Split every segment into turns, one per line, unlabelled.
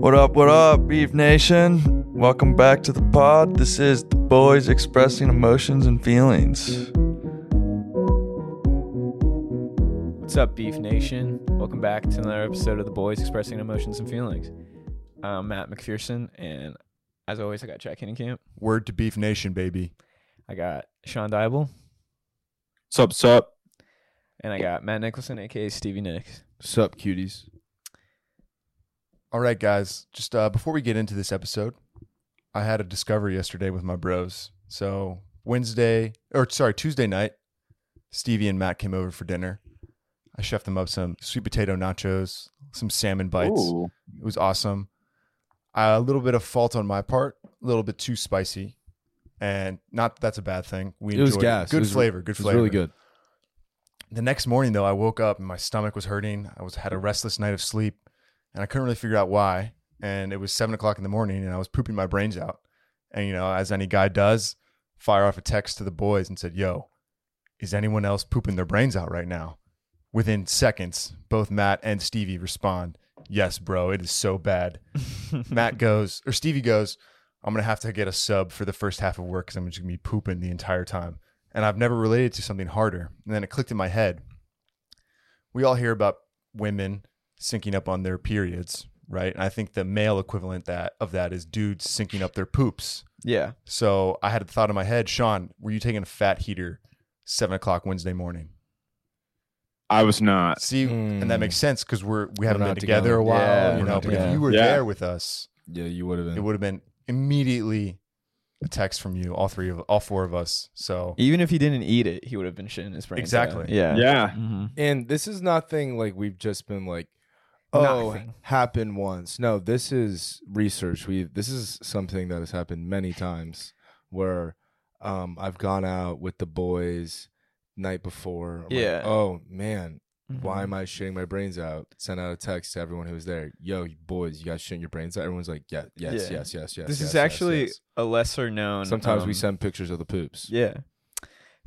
What up, what up, Beef Nation? Welcome back to the pod. This is the boys expressing emotions and feelings.
What's up, Beef Nation? Welcome back to another episode of The Boys Expressing Emotions and Feelings. I'm Matt McPherson, and as always, I got Jack Henningcamp.
Word to Beef Nation, baby.
I got Sean Dybel,
Sup, sup.
and I got Matt Nicholson, aka Stevie Nicks.
Sup, cuties.
All right, guys. Just uh, before we get into this episode, I had a discovery yesterday with my bros. So Wednesday, or sorry, Tuesday night, Stevie and Matt came over for dinner. I chefed them up some sweet potato nachos, some salmon bites. It was awesome. Uh, a little bit of fault on my part, a little bit too spicy, and not that that's a bad thing. We
It was
enjoyed
gas.
Good
It was-
flavor. Good
It's
flavor.
really good.
the next morning though i woke up and my stomach was hurting i was had a restless night of sleep and i couldn't really figure out why and it was seven o'clock in the morning and i was pooping my brains out and you know as any guy does fire off a text to the boys and said yo is anyone else pooping their brains out right now within seconds both matt and stevie respond yes bro it is so bad matt goes or stevie goes i'm gonna have to get a sub for the first half of work because i'm just gonna be pooping the entire time and I've never related to something harder. And then it clicked in my head. We all hear about women syncing up on their periods, right? And I think the male equivalent that of that is dudes syncing up their poops.
Yeah.
So I had a thought in my head, Sean, were you taking a fat heater seven o'clock Wednesday morning?
I was not.
See, and that
Mm.
makes sense because we're we haven't
We're
been
not
together,
together.
a while,
Yeah,
you
we're
know.
not
But
together.
if you were
Yeah.
there with us,
Yeah, you would have
it
been.
would have been immediately a text from you, all three of all four of us. So
Even if he didn't eat it, he would have been shitting his brains out.
Exactly.
Yeah.
Yeah.
Mm-hmm.
And this is nothing like we've just been like, oh,
Nothing.
happened once. No, this is research. We this is something that has happened many times where um, I've gone out with the boys night before. I'm like,
Yeah. Mm-hmm.
oh man, why am I shitting my brains out? Sent out a text to everyone who was there. Yo, boys, you guys shitting your brains out. Everyone's like, yeah, yes,
Yeah.
yes, yes, yes.
This
yes,
is
yes,
actually
yes."
a lesser known.
sometimes we
um,
send pictures of the poops.
Yeah.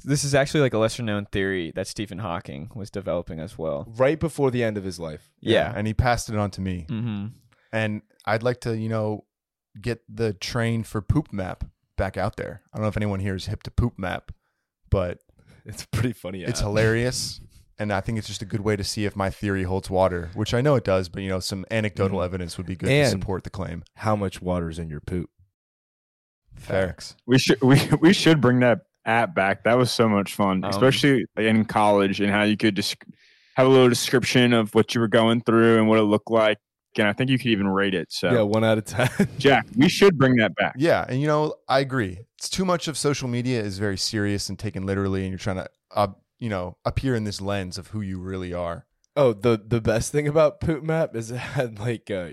This is actually like a lesser known theory that Stephen Hawking was developing as well.
Right before the end of his life.
Yeah.
and he passed it on to me.
Mm-hmm.
and I'd like to, you know, get the train for Poop Map back out there. I don't know if anyone here is hip to Poop Map, but
It's pretty funny.
it's hilarious, and I think it's just a good way to see if my theory holds water, which I know it does. But you know, some anecdotal evidence would be good to
And-
support the claim.
How much water's in your poop?
Facts.
We should we, we should bring that app back. That was so much fun,
Um,
especially in college and how you could just have a little description of what you were going through and what it looked like. And I think you could even rate it. So,
Yeah, one out of ten.
Jack, we should bring that back.
Yeah, and you know, I agree. It's too much of social media is very serious and taken literally, and you're trying to, uh, you know, appear in this lens of who you really are.
Oh, the the best thing about poop map is it had like uh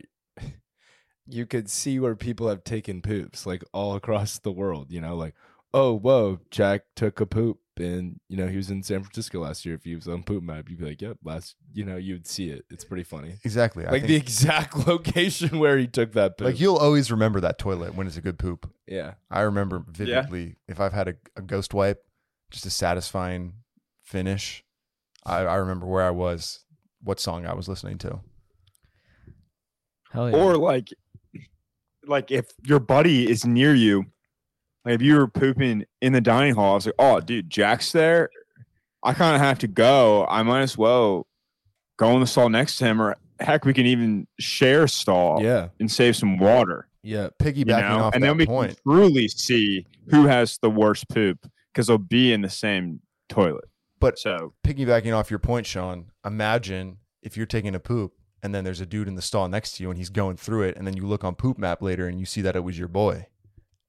you could see where people have taken poops like all across the world, you know, like oh whoa, Jack took a poop and you know, he was in San Francisco last year. If he was on poop map, you'd be like, Yep, last you know, you'd see it. It's pretty funny.
Exactly. I
like the
think-
exact location where he took that poop.
like you'll always remember that toilet when it's a good poop.
yeah.
I remember vividly if I've had a, a ghost wipe, just a satisfying finish. I, I remember where I was, what song I was listening to.
Hell
Or like, like if your buddy is near you, like if you were pooping in the dining hall, I was like, oh, dude, Jack's there. I kind of have to go. I might as well go in the stall next to him, or heck, we can even share stall
Yeah.
and save some water,
Yeah.
Piggybacking
you know.
off
And
that
then we
point,
can truly see who has the worst poop because they'll be in the same toilet.
But-
so
piggybacking off your point, Sean. Imagine if you're taking a poop and then there's a dude in the stall next to you and he's going through it, and then you look on poop map later and you see that it was your boy,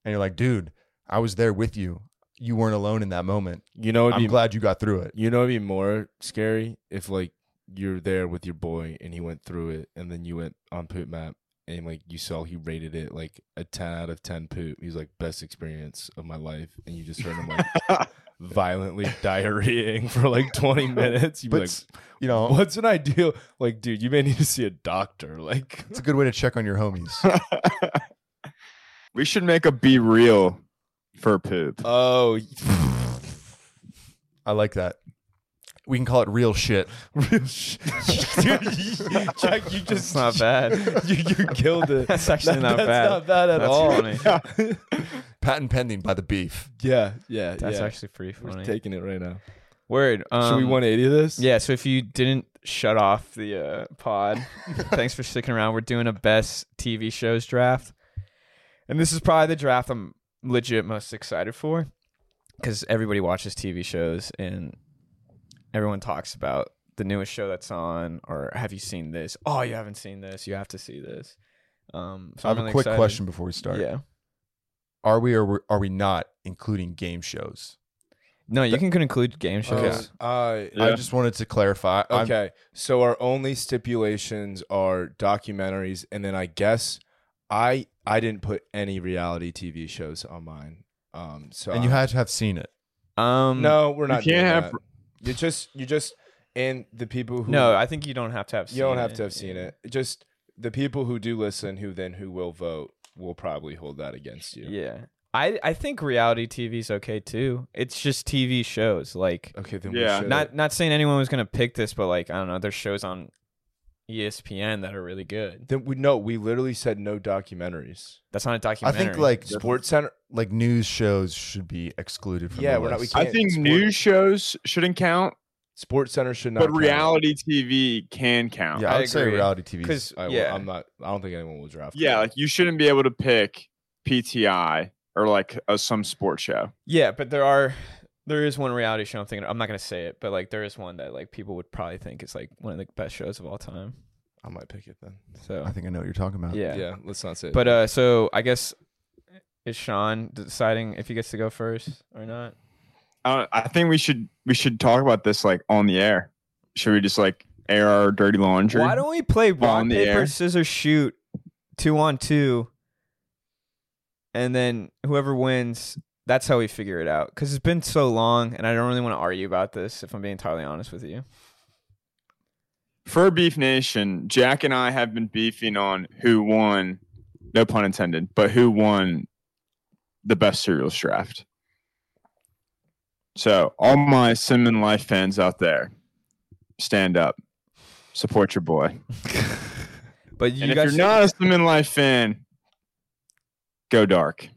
and you're like, dude, I was there with you. You weren't alone in that moment.
You know what
I'm glad you got through it.
You know, it'd be more scary if like you're there with your boy and he went through it, and then you went on poop map and like you saw he rated it like a ten out of ten poop. He's like best experience of my life, and you just heard him like violently diarrheaing for like twenty minutes. You'd be
But s- you know,
uh,
like, "What's an ideal?" Like, dude, you may need to see a doctor. Like,
it's a good way to check on your homies.
we should make a be real
Uh,
for poop.
oh,
I like that. we can call it real shit.
Real shit. Jack, you
It's
just
not bad.
You, you killed it.
That's actually
That-
not
that's
bad.
not bad at
That's
all.
funny.
Patent pending by the beef.
Yeah, yeah,
That's
yeah.
actually pretty
We're
funny.
taking it right now.
Word. Um,
Should we 180 this?
Yeah. So if you didn't shut off the uh, pod, thanks for sticking around. We're doing a best TV shows draft, and this is probably the draft I'm legit most excited for because everybody watches TV shows and everyone talks about the newest show that's on or have you seen this? Oh, you haven't seen this. You have to see this. Um, so
I
I'm
have
really
a quick
excited.
question before we start.
Yeah.
Are we or are we not including game shows?
No, you can include game shows.
Okay.
Uh,
I
Yeah.
just wanted to clarify. I'm-
okay. So our only stipulations are documentaries, and then I guess I I didn't put any reality TV shows on mine. Um, so
and you
I-
had to have seen it.
Um,
no, we're
You
not. doing
can't have
that. You just you just and the people who
no. I think you don't have to have.
you don't
seen
have
it.
to have seen it. Just the people who do listen, who then who will vote, will probably hold that against you.
Yeah. I, I think reality TV's okay too. It's just TV shows. Like
Okay, then
Yeah.
we should.
not not saying anyone was gonna pick this, but like I don't know, there's shows on E ESPN that are really good.
Then we no, we literally said no documentaries.
That's not a
I
documentary.
think like
Sports Center.
like news shows should be excluded from.
Yeah,
the
we're not- we
list.
can't-
I think
Sport-
news shows shouldn't count,
Sports Center should not.
but
count.
reality TV can count.
Yeah,
Yeah.
I,
I
would say
agree.
reality TV.
because
I,
yeah,
yeah. I'm not. I don't think anyone will draft.
like you shouldn't be able to pick PTI or like a, some sports show.
yeah, but there are there is one reality show I'm thinking. I'm not gonna say it, but like there is one that like people would probably think is like one of the best shows of all time.
I might pick it then.
So
I uh, think I know what you're talking about.
yeah,
Yeah, let's not say.
But uh, so I guess is Sean deciding if he gets to go first or not?
I, don't- Uh, I think we should we should talk about this like on the air. Should we just like air our dirty laundry?
Why don't we play
Ball
rock
in the
paper
air.
scissors shoot two on two, and then whoever wins, that's how we figure it out. Because it's been so long, and I don't really want to argue about this. If I'm being entirely honest with you,
For Beef Nation, Jack and I have been beefing on who won, no pun intended, but who won the best cereals draft. So, all my Cinnamon Life fans out there, stand up, support your boy.
but you
and if
guys,
you're not a Cinnamon Life fan, go dark.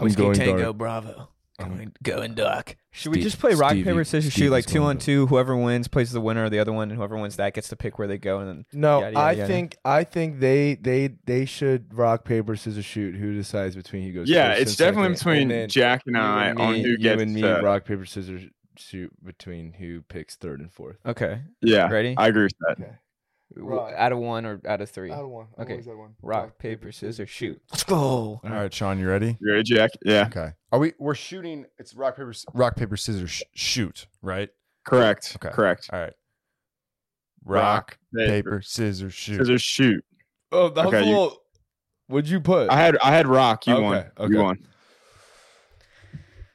I'm going dark.
Bravo,
I'm-
Going- going dark. Should we
Steve-
just play rock
Stevie-
paper scissors shoot
Stevie's
like two
going
on
dark.
two? Whoever wins plays the winner of the other one, and whoever wins that gets to pick where they go, and then
no,
Yada, yada,
I
yada.
think I think they they they should rock paper scissors shoot. Who decides between who goes?
Yeah,
first
it's
and
definitely
second, and
between
then
Jack and
you
I
and
on
me-
who
you
gets
and me
to-
rock paper scissors shoot between who picks third and fourth.
okay,
Yeah,
ready?
I agree with that.
Rock.
Out of one or out of three?
one.
I've Okay. always Rock, paper, scissors, shoot. Let's go.
All right, Sean, you ready?
You ready, Jack? Yeah,
Okay. Are we? We're shooting. It's rock paper sc- rock paper scissors sh- shoot. Right.
correct.
Okay.
Correct.
All right. Rock,
Rock,
paper, scissors shoot.
scissors, shoot.
Oh, that was
Okay,
a
you-
little. What'd you put?
I had I had rock. You
Okay,
won.
okay.
You won.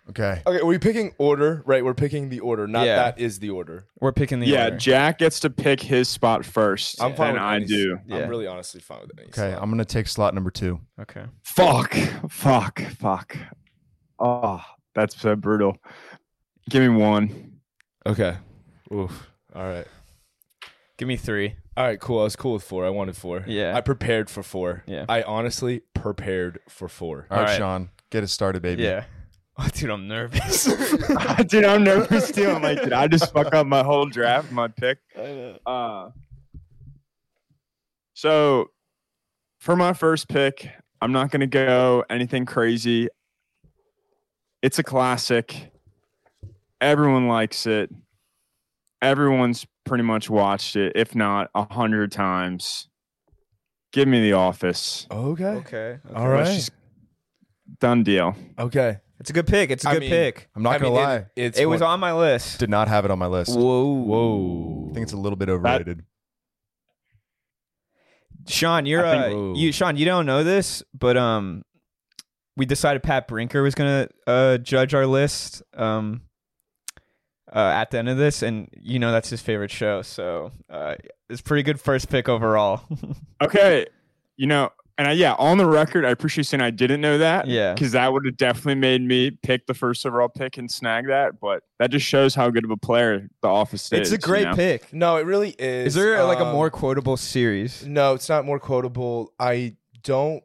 Okay.
okay, are we picking order? Right, we're picking the order. Not
Yeah.
that is the order.
We're picking the
yeah,
order.
Jack gets to pick his spot first.
I'm fine
and
with
I
any s-
do.
Yeah.
I'm really honestly fine with any.
Okay.
slot.
I'm gonna take slot number two.
okay.
Fuck. Fuck. Fuck. Oh, that's so brutal. Give me one.
okay. Oof. All right.
Give me three.
All right, cool. I was cool with four. I wanted four.
Yeah.
I prepared for four.
Yeah.
I honestly prepared for four.
All right,
All right.
Sean, get it started, baby.
Yeah. Oh, dude, I'm nervous.
Dude, I'm nervous too. I'm like, did I just fuck up my whole draft, my pick? Uh, so for my first pick, I'm not gonna go anything crazy. It's a classic. Everyone likes it. Everyone's pretty much watched it, if not a hundred times. Give me the office.
Okay.
okay.
All
Let's
right.
just- done deal.
Okay.
It's a good pick. It's a
I
good
mean,
pick.
I'm not
I
gonna
mean,
lie.
It, it's
It was
one-
on my list.
Did not have it on my list.
Whoa.
Whoa.
I think it's a little bit overrated.
Sean, you're
I
uh,
think- Whoa.
you Sean, you don't know this, but um we decided Pat Brinker was going to uh judge our list um uh, at the end of this and you know that's his favorite show. So, uh it's pretty good first pick overall.
Okay. You know, And I, yeah, on the record, I appreciate saying I didn't know that.
Yeah.
Because that would have definitely made me pick the first overall pick and snag that. But that just shows how good of a player the office
It's
is.
a great
you know?
pick.
No, it really is.
Is there uh, like a
Um,
more quotable series?
No, it's not more quotable. I don't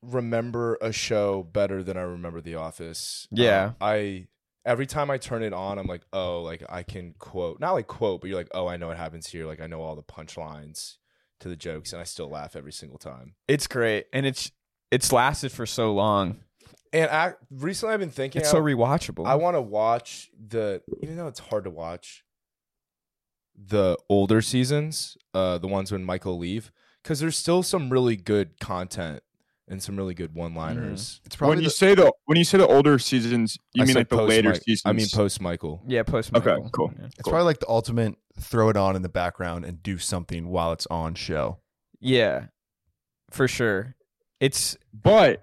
remember a show better than I remember The Office.
Yeah.
Um, I every time I turn it on, I'm like, oh, like I can quote, not like quote, but you're like, oh, I know what happens here. Like I know all the punchlines to the jokes, and I still laugh every single time.
It's great, and it's it's lasted for so long.
And I recently I've been thinking,
It's
I-
so rewatchable.
I want to watch the even though it's hard to watch the older seasons, uh, the ones when Michael leave, because there's still some really good content and some really good one-liners.
Mm-hmm. It's
When
probably
you
the,
say the when you say the older seasons, you
I
mean
said
like the
post
later
Mi-
seasons?
I mean post Michael.
yeah, post.
Okay,
Michael.
cool.
Yeah.
it's probably like the ultimate throw it on in the background and do something while it's on show.
Yeah, for sure. It's
but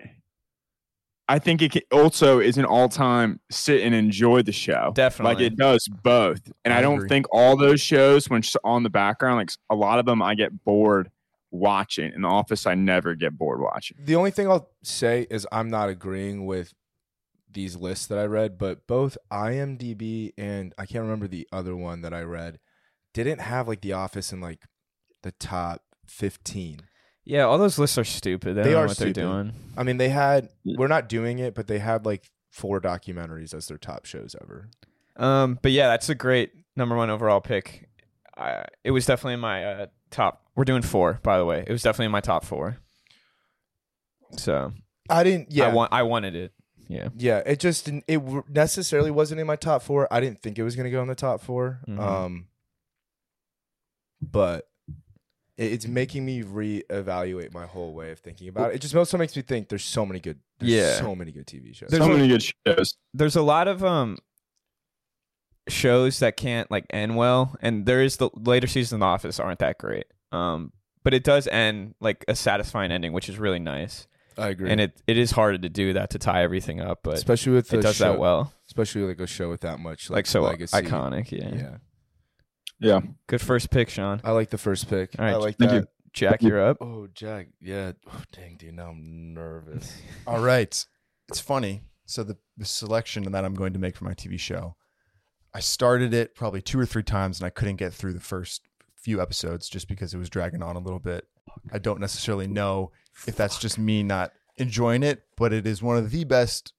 I think it can also is an all time sit and enjoy the show.
definitely
Like it does both. And
I
I, don't
agree.
think all those shows, when it's on the background, like a lot of them, I get bored watching. In the office, I never get bored watching.
The only thing I'll say is I'm not agreeing with these lists that I read, but both IMDb and I can't remember the other one that I read didn't have like The Office in like the top 15.
yeah. All those lists are stupid. They,
They
don't
are
know what
stupid.
they're doing.
I mean, they had.
Yeah.
We're not doing it, but they had like four documentaries as their top shows ever.
Um, but yeah, that's a great number one overall pick. I, it was definitely in my uh, top. We're doing four, by the way. It was definitely in my top four. So
I didn't.
yeah,
Yeah,
I, want, I wanted it. Yeah,
yeah. It just didn't. It w- necessarily wasn't in my top four. I didn't think it was gonna go in the top 4
Mhm.
Um, but it, it's making me reevaluate my whole way of thinking about it. It just also makes me think. There's so many good. There's
Yeah.
so many good TV shows.
There's
so
a-
many good shows.
there's a lot of um shows that can't like end well, and there is the later seasons of The Office aren't that great. Um, but it does end like a satisfying ending, which is really nice.
I agree.
And it it is harder to do that to tie everything up, but
especially with
it
a
does
show,
that well.
Especially like a show with that much like,
Like so
legacy.
iconic. Yeah.
Yeah.
Yeah.
Good first pick, Sean.
I like the first pick.
All right,
I like
thank
that.
you.
Jack, you're up.
Oh, Jack. Yeah. Oh, dang, dude. Now I'm nervous.
All right. It's funny. So the, the selection that I'm going to make for my TV show, I started it probably two or three times and I couldn't get through the first few episodes just because it was dragging on a little bit. I don't necessarily know if that's just me not enjoying it, but it is one of the best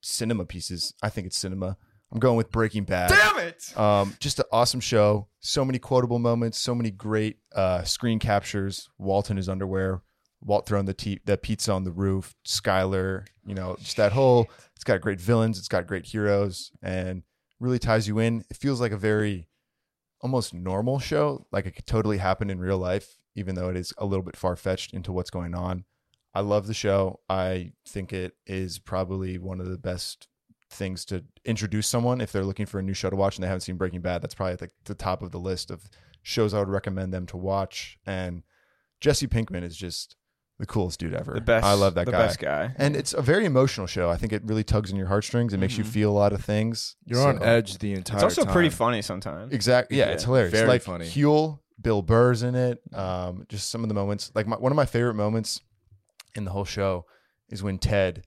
cinema pieces. I think it's cinema. I'm going with Breaking Bad.
it!
Um, just an awesome show. So many quotable moments. So many great uh, screen captures. Walt in his underwear. Walt throwing the te- the pizza on the roof. Skyler, you know, just that whole. It's got great villains. It's got great heroes, and really ties you in. It feels like a very almost normal show. Like it could totally happen in real life, even though it is a little bit far fetched into what's going on. I love the show. I think it is probably one of the best things to introduce someone if they're looking for a new show to watch and they haven't seen Breaking Bad. That's probably at the, the top of the list of shows I would recommend them to watch. And Jesse Pinkman is just the coolest dude ever.
The best.
I love that
the
guy.
best guy.
And it's a very emotional show. I think it really tugs in your heartstrings. It makes you
Mhm.
feel a lot of things.
You're
So-
on edge the entire
It's
time.
also pretty funny sometimes.
Exactly. Yeah,
Yeah, Mm-hmm.
it's hilarious.
very
like
funny.
Huel, Bill Burr's in it. Um, just some of the moments. Like my, one of my favorite moments in the whole show is when Ted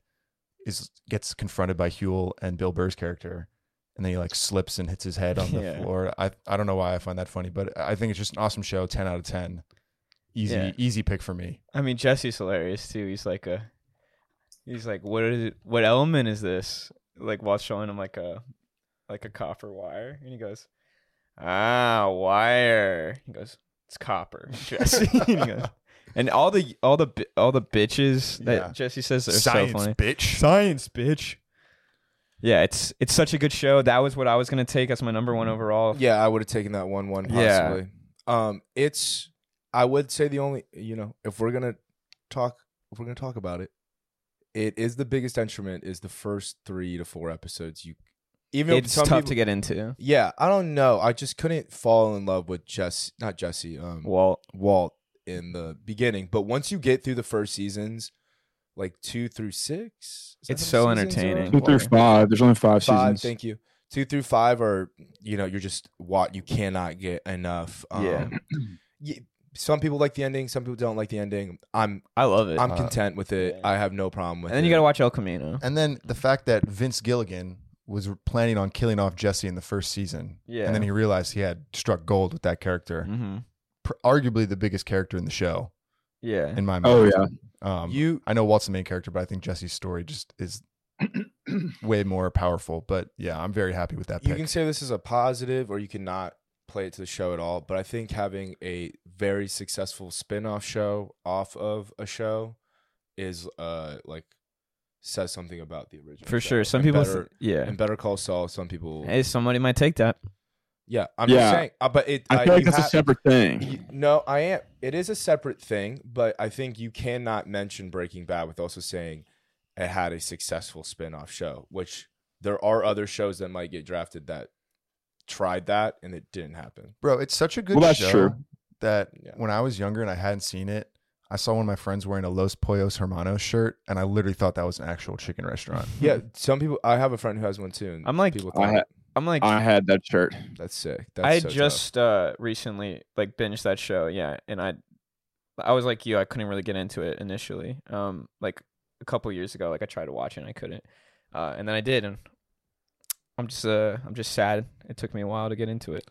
is gets confronted by Huel and Bill Burr's character, and then he like slips and hits his head on the
Yeah.
floor. I I don't know why I find that funny, but I think it's just an awesome show. Ten out of ten. Easy
Yeah.
easy pick for me.
I mean, Jesse's hilarious too. He's like a, he's like, what is it? What element is this? Like while showing him like a, like a copper wire, and he goes, ah, wire. He goes, it's copper, Jesse. and, he goes, and all the all the bi- all the bitches that
Yeah.
Jesse says are
Science,
so funny.
bitch.
Science, bitch. Yeah, it's it's such a good show. That was what I was gonna take as my number one overall.
Yeah, I would have taken that one one
Yeah.
possibly. Um, it's I would say the only you know if we're gonna talk if we're gonna talk about it, it is the biggest instrument is the first three to four episodes. You even if
it's
some
tough
people-
to get into.
Yeah, I don't know. I just couldn't fall in love with Jess, not Jesse. Um,
Walt.
Walt in the beginning, but once you get through the first seasons, like two through six, is that
It's
how
so
many seasons are?
entertaining.
Two through five. There's only five,
Five,
seasons.
thank you. Two through five are you know you're just what you cannot get enough. Um,
Yeah.
y- some people like the ending, some people don't like the ending. I'm
I love it.
I'm
Uh,
content with it. I have no problem with
and then
it.
you gotta watch El Camino.
And then the fact that Vince Gilligan was planning on killing off Jesse in the first season,
Yeah.
and then he realized he had struck gold with that character,
Mm-hmm.
Pr- arguably the biggest character in the show,
Yeah.
in my mind.
Oh yeah.
Um,
You-
I know Walt's the main character, but I think Jesse's story just is way more powerful. But yeah, I'm very happy with that
you
pick.
can say this is a positive or you can not play it to the show at all but i think having a very successful spin-off show off of a show is uh like says something about the original
For
show.
sure. Some
And
people.
better,
yeah.
and better call saul some people
Hey, somebody might take that.
yeah i'm
Yeah.
just saying uh, but it
I feel like
you
that's a
ha-
separate thing.
you- no i am it is a separate thing but i think you cannot mention breaking bad with also saying it had a successful spin-off show which there are other shows that might get drafted that tried that and it didn't happen
Bro, it's such a good
Well, that's
show
true.
that
Yeah.
when I was younger and I hadn't seen it, I saw one of my friends wearing a Los Pollos Hermanos shirt, and I literally thought that was an actual chicken restaurant.
yeah some people i have a friend who has one too and
Hmm. I'm like-
people
I
think
I'm like.
I had that shirt.
that's sick that's
I had
so
just uh recently like binged that show, yeah, and I I was like you, I couldn't really get into it initially. Um like a couple years ago, like I tried to watch it and I couldn't. Uh and then I did and I'm just uh I'm just sad. It took me a while to get into it.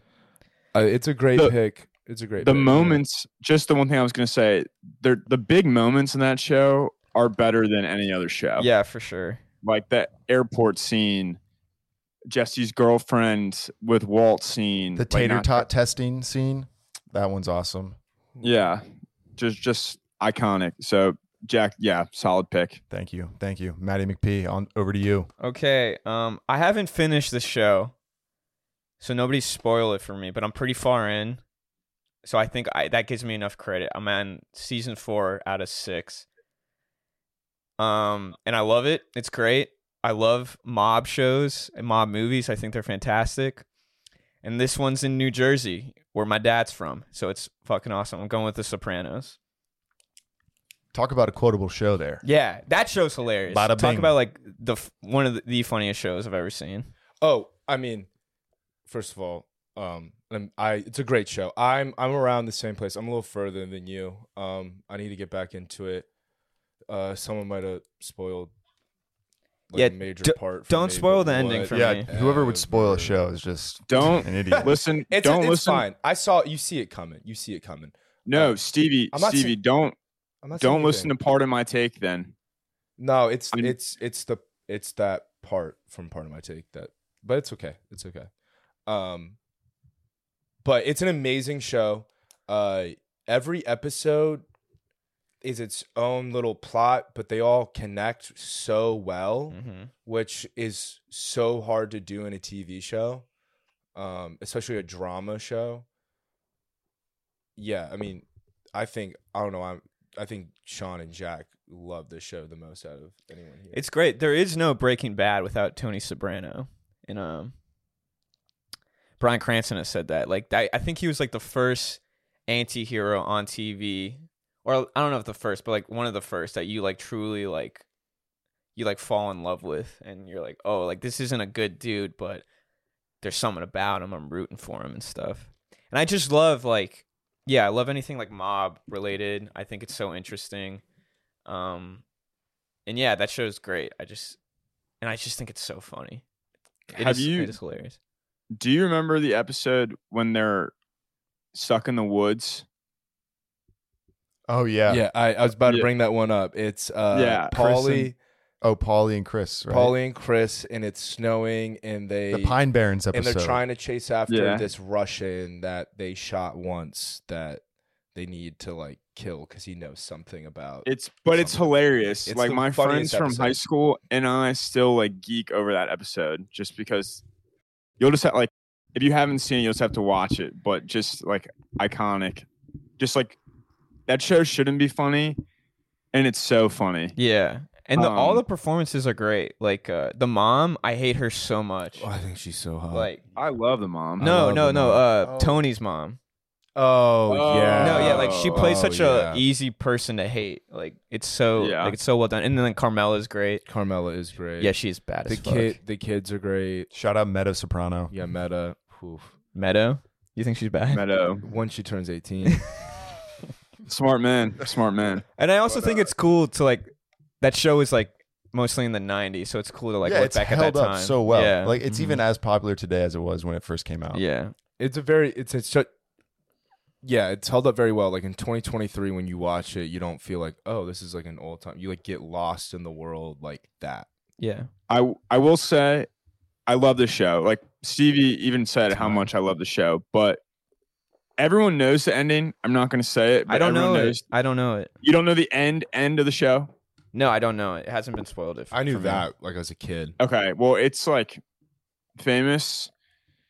tough. Uh, it's a great
The-
pick it's a great
The
pick, yeah.
moments, just the one thing I was gonna say, they're the big moments in that show are better than any other show.
Yeah, for sure.
Like that airport scene, Jesse's girlfriend with Walt scene.
The
like,
tater
not-
tot testing scene, that one's awesome.
Yeah. Just just iconic. So Jack, yeah, solid pick.
Thank you, thank you, Maddie McP. On over to you.
Okay. Um I haven't finished the show. So nobody spoil it for me, but I'm pretty far in. So I think I that gives me enough credit. I'm on season 4 out of 6. Um and I love it. It's great. I love mob shows and mob movies. I think they're fantastic. And this one's in New Jersey, where my dad's from. So it's fucking awesome. I'm going with The Sopranos.
Talk about a quotable show there.
Yeah, that show's hilarious.
Bada
Talk
bing.
about like the f- one of the, the funniest shows I've ever seen.
Oh, I mean, first of all, um, I'm, I it's a great show. I'm I'm around the same place. I'm a little further than you. Um, I need to get back into it. Uh, someone might have spoiled. Like
Yeah,
a major
d-
part. For
don't
me,
spoil the
but
ending
what
for
yeah,
me.
whoever would spoil a
ever.
show is just
Don't
an idiot.
listen.
It's,
don't
it's
listen.
fine. I saw you see it coming. You see it coming.
No, Stevie,
I'm not
Stevie,
saying-
don't
I'm not saying
don't listen to
anything.
part of my take then.
No, it's
I mean-
it's it's the it's that part from part of my take that, but it's okay. It's okay. Um, but it's an amazing show. Uh, every episode is its own little plot, but they all connect so well,
Mm-hmm.
which is so hard to do in a TV show, um, especially a drama show. Yeah, I mean, I think I don't know. I'm I think Sean and Jack love this show the most out of anyone here.
It's great. There is no Breaking Bad without Tony Soprano. And um Brian Cranston has said that. Like I, I think he was like the first anti-hero on TV or I don't know if the first, but like one of the first that you like truly like you like fall in love with and you're like, "Oh, like this isn't a good dude, but there's something about him. I'm rooting for him and stuff." And I just love like yeah, I love anything like mob related. I think it's so interesting. Um and yeah, that show's great. I just and I just think it's so funny. It
Have
is-
you-
It is hilarious.
Do you remember the episode when they're stuck in the woods?
Oh yeah.
yeah, I, I was about to
Yeah.
bring that one up. It's uh
Yeah,
Chris
Paulie,
Oh, Paulie and Chris. Right?
Paulie and Chris, and it's snowing, and they
the Pine Barrens
and
episode.
they're trying to chase after
Yeah.
this Russian that they shot once that they need to like kill because he knows something about.
It's but it's
Something.
hilarious.
It's
like
the
my
funniest
friends from high
episode.
school and I still like geek over that episode just because you'll just have like if you haven't seen it, you'll just have to watch it. But just like iconic. Just like that show shouldn't be funny. And it's so funny.
Yeah. And the, all
Um,
the performances are great. Like uh, the mom, I hate her so much.
Oh, I think she's so hot.
Like
I love the mom.
no,
love
no,
the
no. Uh,
mom. Oh.
Tony's mom.
oh,
Oh.
yeah,
No, yeah. Like she plays
Oh,
such
yeah.
a e- easy person to hate. Like it's so
Yeah.
like it's so well done. And then Carmela's great.
Carmela is great.
Yeah, she's bad
the
as fuck. Mm-hmm.
kid, the kids are great.
Shout out Meadow Soprano.
Yeah, Meta. Oof.
Meadow. You think she's bad?
Meadow.
Once she turns eighteen,
Smart man. Smart man.
And I also think it's cool to like that show is like mostly in the '90s, so it's cool to like
yeah,
look
it's
back
held
at that
up
time.
so well.
yeah, Mm-hmm.
Like it's even as popular today as it was when it first came out.
yeah,
It's a very it's a such yeah, it's held up very well. Like in 2023, when you watch it, you don't feel like, oh, this is like an old time. You like get lost in the world like that.
yeah.
I I will say, I love the show. Like Stevie even said how much I love the show, but everyone knows the ending. I'm not going to say it. But
I don't know
everyone
it.
knows-
I don't know it.
You don't know the end end of the show.
No, I don't know it. It hasn't been spoiled. If
I knew
for me.
that like as a kid.
Okay, well it's like famous.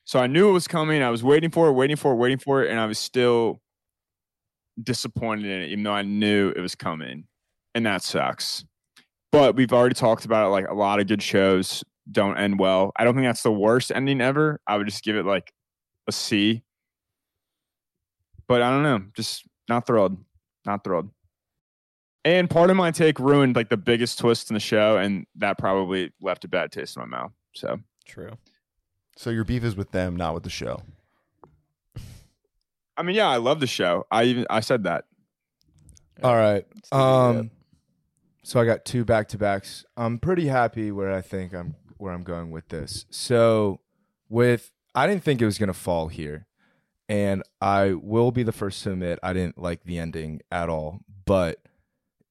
So I knew it was coming. I was waiting for it, waiting for it, waiting for it, and I was still disappointed in it, even though I knew it was coming, and that sucks. But we've already talked about it. Like a lot of good shows don't end well. I don't think that's the worst ending ever. I would just give it like a C. But I don't know, just not thrilled, not thrilled. And part of my take ruined like the biggest twist in the show, and that probably left a bad taste in my mouth. So
True.
So your beef is with them, not with the show.
I mean, yeah, I love the show. I even I said that.
All right.
leave it at
Um so I got two back to backs. I'm pretty happy where I think I'm where I'm going with this. So with I didn't think it was gonna fall here. And I will be the first to admit I didn't like the ending at all. But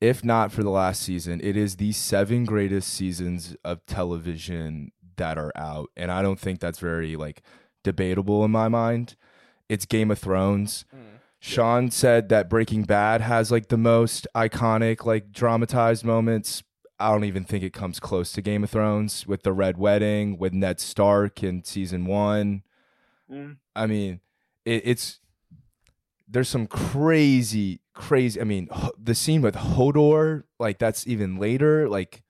if not for the last season, it is the seven greatest seasons of television that are out. And I don't think that's very like debatable in my mind. It's Game of Thrones. Sean said that Breaking Bad has like the most iconic, like dramatized moments. I don't even think it comes close to Game of Thrones with the Red Wedding, with Ned Stark in season one.
Mm.
I mean, it, it's there's some crazy, crazy. I mean, h- the scene with Hodor, like that's even later. Like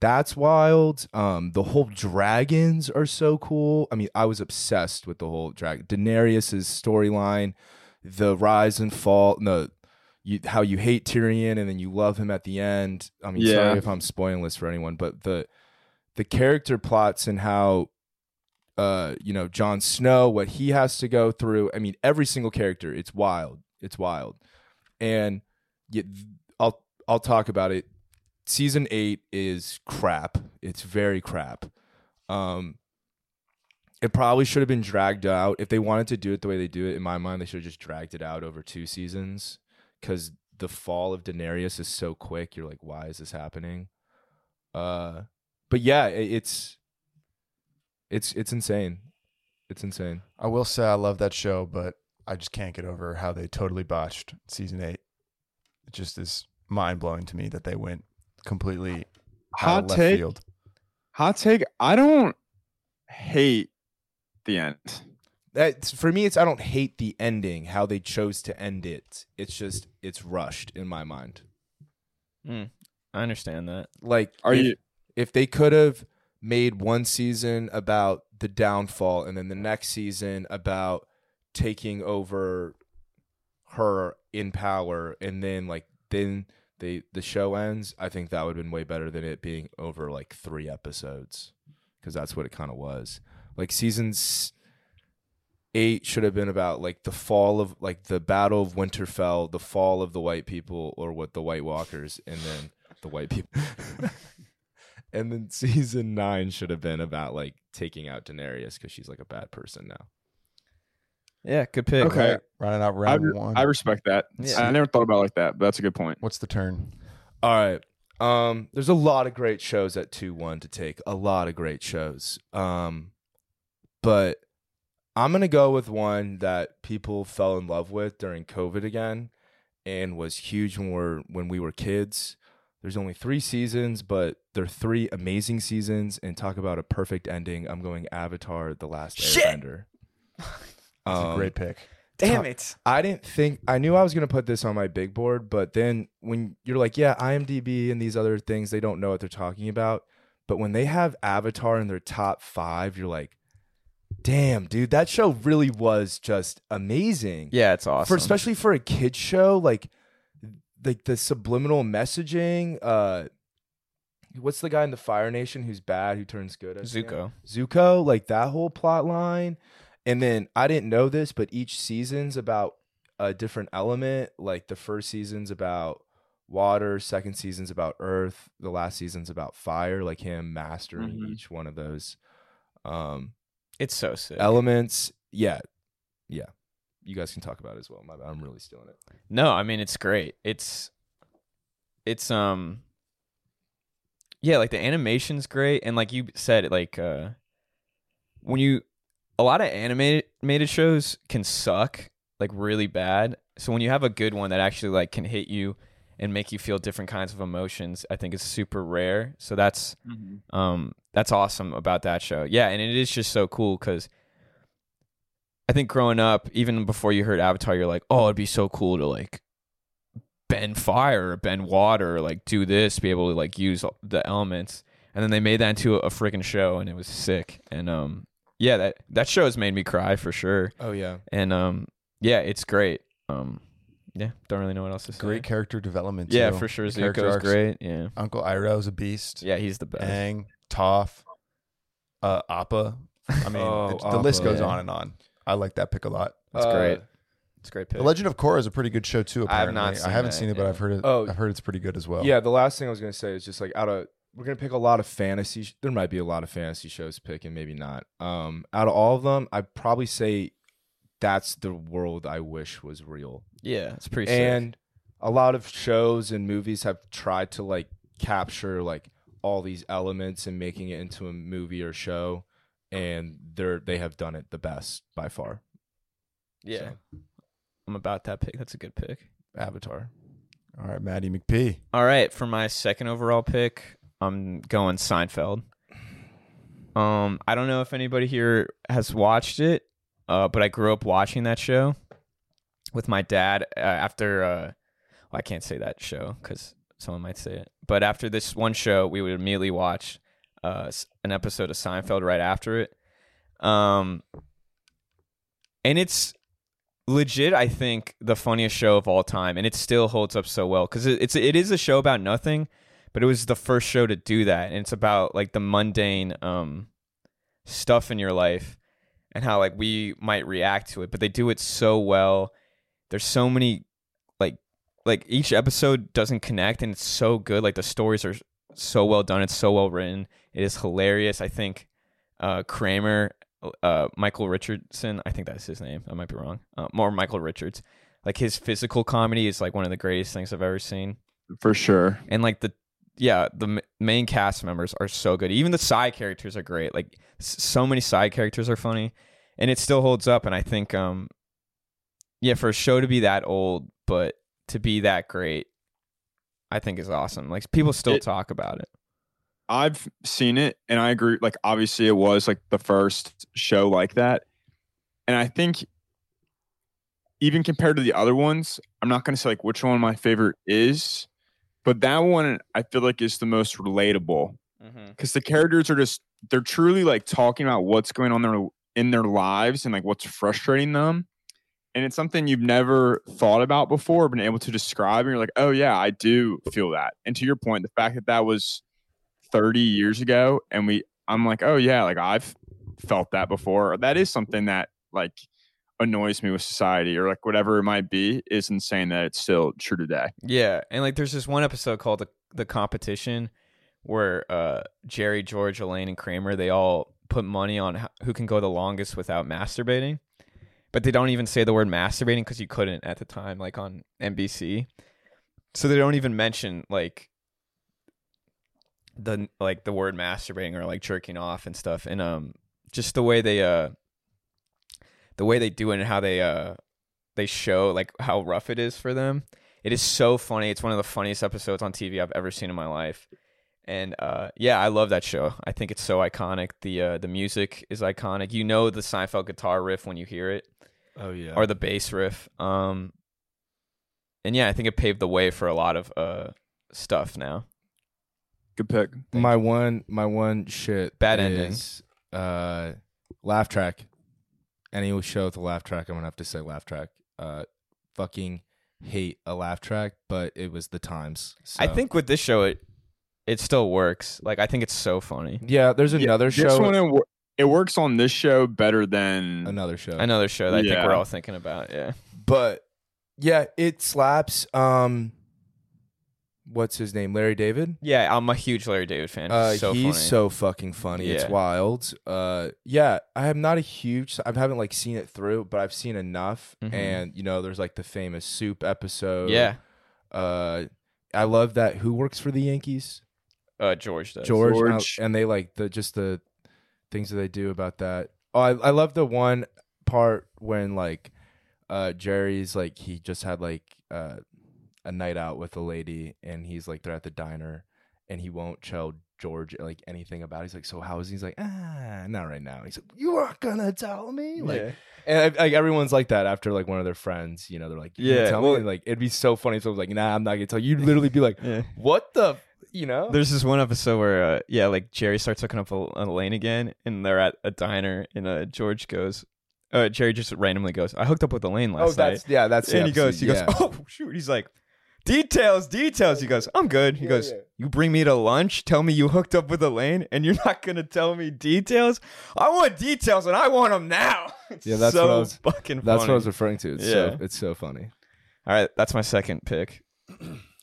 that's wild. Um, the whole dragons are so cool. I mean, I was obsessed with the whole dragon. Daenerys's storyline, the rise and fall. No, you how you hate Tyrion and then you love him at the end. I mean,
Yeah.
sorry if I'm spoiling this for anyone, but the the character plots and how uh, you know, Jon Snow, what he has to go through. I mean, every single character, it's wild. It's wild. And yet, I'll I'll talk about it. Season 8 is crap. It's very crap. Um it probably should have been dragged out. If they wanted to do it the way they do it, in my mind, they should have just dragged it out over two seasons because the fall of Daenerys is so quick. You're like, why is this happening? Uh, but yeah, i- it's it's it's insane. It's insane.
I will say I love that show, but I just can't get over how they totally botched season eight. It just is mind blowing to me that they went completely out
Hot
of left
take.
field.
Hot take. I don't hate the end.
That's for me. It's I don't hate the ending, how they chose to end it. It's just it's rushed in my mind.
I understand that.
Like,
Are
if-
you?
if they could have made one season about the downfall and then the next season about taking over her in power and then like then they the show ends i think that would have been way better than it being over like three episodes because that's what it kind of was like seasons eight should have been about like the fall of like the battle of winterfell the fall of the white people or what the white walkers and then the white people and then season nine should have been about like taking out daenerys because she's like a bad person now
Yeah, good pick.
Okay.
Running out
I,
round
re-
one.
I respect that.
Yeah.
I never thought about it like that, but that's a good point.
What's the turn?
all right um there's a lot of great shows at 2-1 to take a lot of great shows um but i'm gonna go with one that people fell in love with during covid again and was huge when we were when we were kids there's only three seasons but they're three amazing seasons and talk about a perfect ending i'm going avatar the last airbender
That's a
Um,
great pick.
Damn it.
I didn't think I knew I was gonna put this on my big board, but then when you're like, yeah, IMDb and these other things, they don't know what they're talking about. But when they have Avatar in their top five, you're like, damn, dude, that show really was just amazing.
Yeah, it's awesome.
For especially for a kids show, like like the subliminal messaging. Uh, what's the guy in the Fire Nation who's bad who turns good? at the end?
Zuko.
Zuko, like that whole plot line. And then I didn't know this, but each season's about a different element. Like the first season's about water, second season's about earth, the last season's about fire. Like him mastering
Mhm.
each one of those um,
It's so sick.
elements. Yeah, yeah. You guys can talk about it as well. My bad. I'm really stealing it.
No, I mean it's great. It's it's um yeah, like the animation's great and like you said like uh when you a lot of animated animated shows can suck like really bad. So when you have a good one that actually like can hit you and make you feel different kinds of emotions, I think it's super rare. So that's um that's awesome about that show yeah and it is just so cool because i think growing up even before you heard avatar you're like oh it'd be so cool to like bend fire or bend water or like do this be able to like use all- the elements and then they made that into a, a freaking show and it was sick and um yeah that that show has made me cry for sure
Oh yeah.
and um yeah it's great um yeah don't really know what else to say
Great character development.
yeah
too.
for sure
Character
zuko's
arcs.
great yeah
Uncle Iroh's a beast.
yeah he's the best
Aang, Toph, uh, Appa. I mean,
Oh,
the, the list
Appa.
goes
Yeah.
on and on. I like that pick a lot.
That's
Uh,
great. it's a great pick
The Legend of Korra is a pretty good show too.
I have
Apparently,
not seen
haven't
that,
seen it, but
yeah.
I've heard it.
Oh.
I've heard it's pretty good as well.
Yeah, the last thing I was gonna say is just like out of we're gonna pick a lot of fantasy. Sh- there might be a lot of fantasy shows to pick and maybe not. Um, out of all of them, I'd probably say that's the world I wish was real.
yeah it's pretty sick.
And a lot of shows and movies have tried to like capture like all these elements and making it into a movie or show, and they're they have done it the best by far.
Yeah.
So,
I'm about that pick. That's a good pick.
Avatar.
All right, Maddie McP.
All right, for my second overall pick, I'm going Seinfeld. Um, I don't know if anybody here has watched it, uh, but I grew up watching that show with my dad uh, after. Uh, well, I can't say that show because someone might say it, but after this one show, we would immediately watch uh, s- an episode of Seinfeld right after it. Um, and it's legit i think the funniest show of all time and it still holds up so well because it, it's it is a show about nothing but it was the first show to do that and it's about like the mundane um stuff in your life and how like we might react to it but they do it so well there's so many like like each episode doesn't connect and it's so good like the stories are so well done it's so well written it is hilarious i think uh kramer uh michael richardson i think that's his name i might be wrong uh, more michael richards like his physical comedy is like one of the greatest things i've ever seen
For sure.
and like the yeah the m- main cast members are so good even the side characters are great like s- so many side characters are funny and it still holds up and i think um yeah for a show to be that old but to be that great i think is awesome like people still
It-
talk about it
I've seen it and I agree. Like, obviously, it was like the first show like that. And I think, even compared to the other ones, I'm not going to say like which one my favorite is, but that one I feel like is the most relatable
mm-hmm.
because the characters are just, they're truly like talking about what's going on their, in their lives and like what's frustrating them. And it's something you've never thought about before, been able to describe. And you're like, oh, yeah, I do feel that. And to your point, the fact that that was 30 years ago and we i'm like oh yeah like i've felt that before that is something that like annoys me with society or like whatever it might be is insane that it's still true today
Yeah, and like there's this one episode called the the competition where uh Jerry, George, Elaine, and Kramer they all put money on ho- who can go the longest without masturbating, but they don't even say the word masturbating because you couldn't at the time, like on NBC. So they don't even mention like the like the word masturbating or like jerking off and stuff, and um just the way they uh the way they do it and how they uh they show like how rough it is for them it is so funny. It's one of the funniest episodes on TV I've ever seen in my life. And uh, yeah, I love that show. I think it's so iconic. The uh, the music is iconic. You know the Seinfeld guitar riff when you hear it,
Oh yeah.
or the bass riff. Um, and yeah, I think it paved the way for a lot of uh, stuff now.
good pick
my one my one shit
Bad ending.
is, uh laugh track any show with a laugh track i'm gonna have to say laugh track uh fucking hate a laugh track but it was the times
I
so-
think with this show, it it still works. Like I think it's so funny.
yeah there's another
this
show
one it, wor- it works on this show better than
another show
Another show that I think
Yeah.
we're all thinking about. Yeah,
but Yeah, it slaps. Um, what's his name? Larry David.
Yeah, I'm a huge Larry David fan.
Uh,
so
he's
funny.
so fucking funny. It's
Yeah.
wild. Uh, yeah, I am not a huge. I haven't like seen it through, but I've seen enough.
Mhm.
And you know, there's like the famous soup episode.
yeah.
Uh, I love that. Who works for the Yankees?
Uh, George does.
George. and I-
George.
And, they like the just the things that they do about that. Oh, I, I love the one part when like uh Jerry's like he just had like uh a night out with a lady and he's like they're at the diner and he won't tell George like anything about it. He's like, so how is he? He's like, ah, not right now. He's like, you aren't gonna tell me. Like,
Yeah.
and like everyone's like that after like one of their friends, you know, they're like, yeah,
Yeah,
tell
well-
me. And, like it'd be so funny if someone's like, nah, I'm not gonna tell you. You'd literally be like,
yeah.
what the, f-" you know?
There's this one episode where, uh, yeah, like Jerry starts hooking up a, Elaine again, and they're at a diner, and uh, George goes, uh, Jerry just randomly goes, "I hooked up with Elaine last
oh, that's
night,"
yeah, that's the
and he goes, he
episode, yeah.
goes, "Oh shoot," he's like, "Details, details." He goes, "I'm good." He
Yeah,
goes,
yeah.
"You bring me to lunch, tell me you hooked up with Elaine, and you're not gonna tell me details. I want details, and I want them now." It's
Yeah, that's
so
what I was-
fucking.
That's what I
funny.
was referring to. It's
Yeah.
so it's so funny.
All right, that's my second pick.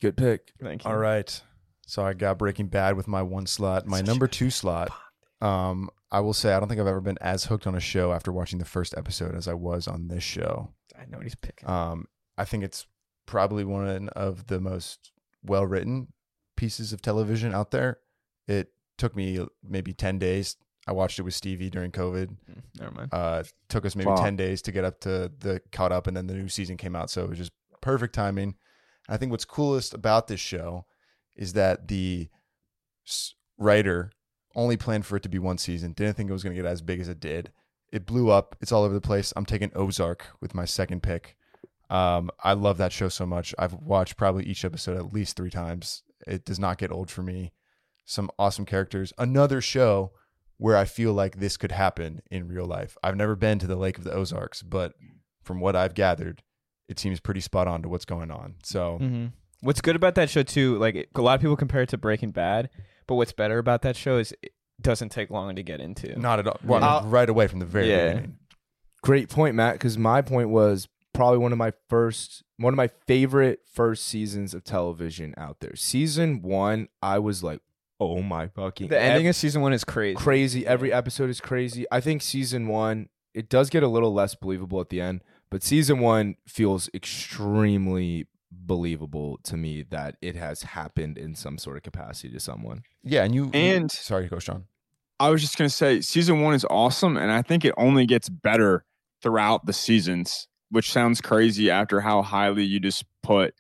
Good pick.
Thank you.
All right. So I got Breaking Bad with my one slot. My
Such a
number
good
two slot. Um, I will say I don't think I've ever been as hooked on a show after watching the first episode as I was on this show.
I know what he's picking.
Um, I think it's probably one of the most well written pieces of television out there. It took me maybe 10 days. I watched it with Stevie during COVID.
Mm, Never mind.
Uh, it took us maybe
Wow.
10 days to get up to the caught up, and then the new season came out. So it was just perfect timing. And I think what's coolest about this show is that the s- writer only planned for it to be one season, didn't think it was going to get as big as it did. It blew up, it's all over the place. I'm taking Ozark with my second pick. Um, I love that show so much. I've watched probably each episode at least three times. It does not get old for me. Some awesome characters. Another show where I feel like this could happen in real life. I've never been to the Lake of the Ozarks, but from what I've gathered, it seems pretty spot on to what's going on. So
Mhm. What's good about that show too? Like it- a lot of people compare it to Breaking Bad, but what's better about that show is it doesn't take long to get into.
not at all. Well, I mean,
I'll-
right away from the very
Yeah.
beginning.
Great point, Matt, because my point was probably one of my first one of my favorite first seasons of television out there. Season one, I was like, oh my fucking
the ending
ev-
of season one is crazy.
crazy. Every episode is crazy. I think season one, it does get a little less believable at the end, but season one feels extremely believable to me that it has happened in some sort of capacity to someone.
Yeah, and you
And-
sorry, Coach Sean.
I was just gonna say season one is awesome, and I think it only gets better throughout the seasons, which sounds crazy after how highly you just put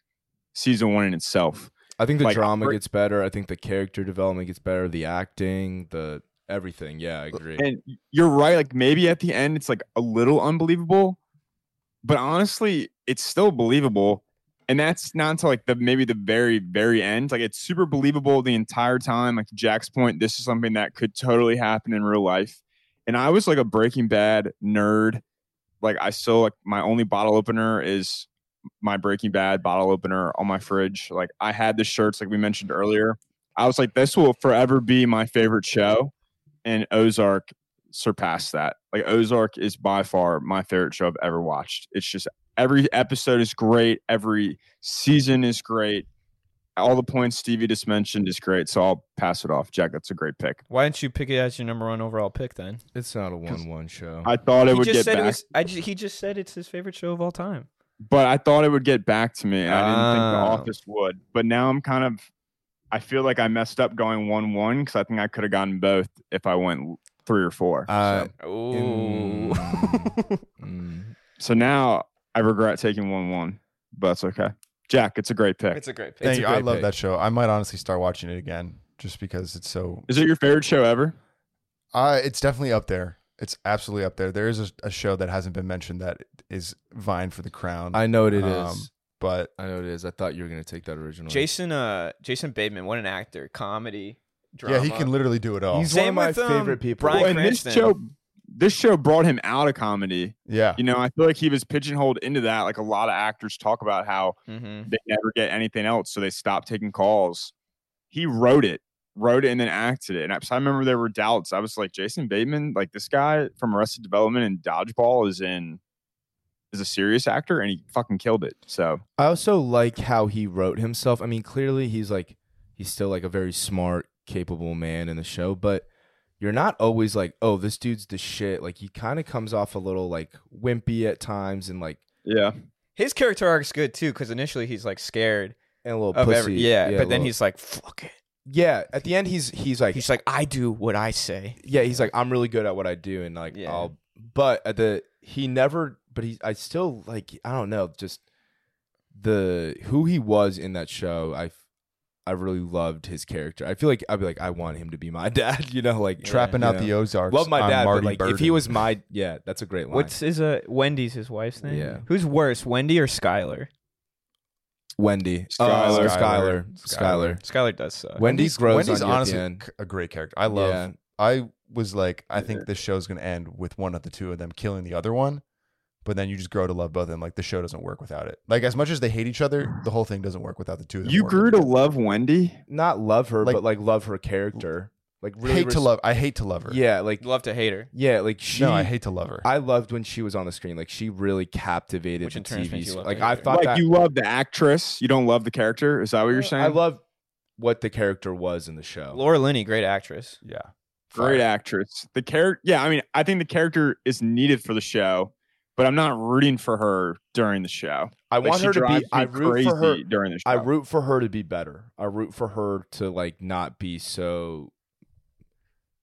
season one in itself.
I think the
Like,
drama
for-
gets better. I think the character development gets better. The acting, the everything. Yeah, I agree.
And you're right, like maybe at the end it's like a little unbelievable, but honestly, it's still believable. And that's not until like the maybe the very, very end. Like it's super believable the entire time. Like to Jack's point, this is something that could totally happen in real life. And I was like a breaking bad nerd. Like I still like my only bottle opener is my Breaking Bad bottle opener on my fridge. Like I had the shirts, like we mentioned earlier. I was like, this will forever be my favorite show, and Ozark surpassed that. Like Ozark is by far my favorite show I've ever watched. It's just every episode is great, every season is great. All the points Stevie just mentioned is great, so I'll pass it off. Jack, that's a great pick.
Why didn't you pick it as your number one overall pick then?
It's not a one-one show.
I thought it
he
would
just
get
said
back,
it was. I ju- he just said it's his favorite show of all time.
but I thought it would get back to me. And I didn't think
Ah.
the office would, but now I'm kind of, I feel like I messed up going one one because I think I could have gotten both if I went three or four.
Uh,
Oh,
Mm.
so now I regret taking one one, but that's okay. Jack, it's a great pick.
it's a great pick.
thank you. I
great
love
pick.
that show. I might honestly start watching it again just because it's so.
Is it your favorite show ever?
Uh, it's definitely up there. It's absolutely up there. There is a, a show that hasn't been mentioned that is vying for the crown.
I know what it is.
Um, but
I know what it is. I thought you were gonna take that original.
Jason. Uh, Jason Bateman. What an actor. Comedy. Drama.
yeah, he can literally do it all.
He's
Same
one of
with,
my
um,
favorite people.
Bryan-
Well, and this
Cranston.
show, this show brought him out of comedy.
yeah,
You know, I feel like he was pigeonholed into that. Like a lot of actors talk about how
Mm-hmm.
they never get anything else, so they stopped taking calls. He wrote it, wrote it, and then acted it. And I, so I remember there were doubts. I was like, Jason Bateman, like this guy from Arrested Development and Dodgeball is in as a serious actor, and he fucking killed it. So
I also like how he wrote himself. I mean, clearly he's like he's still like a very smart, capable man in the show, but you're not always like, oh, this dude's the shit. Like he kind of comes off a little like wimpy at times and like
yeah,
His character arc's good too, because initially he's like scared
and a little
of
pussy.
every yeah,
a
but then
little-
he's like fuck it.
yeah. At the end, he's he's like
He's like I do what I say.
yeah, he's like, I'm really good at what I do, and like,
Yeah.
I'll. But at the he never, but he, I still like, I don't know, just the who he was in that show. I, f- I really loved his character. I feel like I'd be like, I want him to be my dad. You know, like
Trapping
you
out
know?
the Ozarks.
Love my
I'm
dad,
Marty
but like if
Burden.
he was my yeah, that's a great line.
What's is a Wendy's his wife's name?
Yeah.
Who's worse, Wendy or Skylar?
Wendy?
Skylar.
oh, Skylar, Skylar.
Skylar.
Skylar does suck.
Wendy's grows
Wendy's
on you at the
honestly
end.
c- a great character. I love.
Yeah.
I was like, I think this show's gonna end with one of the two of them killing the other one, but then you just grow to love both of them. Like the show doesn't work without it. Like as much as they hate each other, the whole thing doesn't work without the two of them.
you
working
grew to
together.
love Wendy.
Not love her,
Like-
but like love her character. Like really
hate to
res-
love. I hate to love her.
Yeah, like
Love to hate her.
yeah, like she.
no, I hate to love her.
I loved when she was on the screen. Like she really captivated
Which
the
in turn makes
TV.
you
sc-
love
Like
her
I
either.
thought
like
that Uh,
you love the actress, you don't love the character. Is that what you're saying?
I love what the character was in the show.
Laura Linney, great actress.
yeah,
great
Fire.
actress. The character, yeah. I mean, I think the character is needed for the show, but I'm not rooting for her during the show.
I
Like,
want
she
her to
drives
be.
me
I root
crazy
for her.
during the show.
I root for her to be better. I root for her to like not be so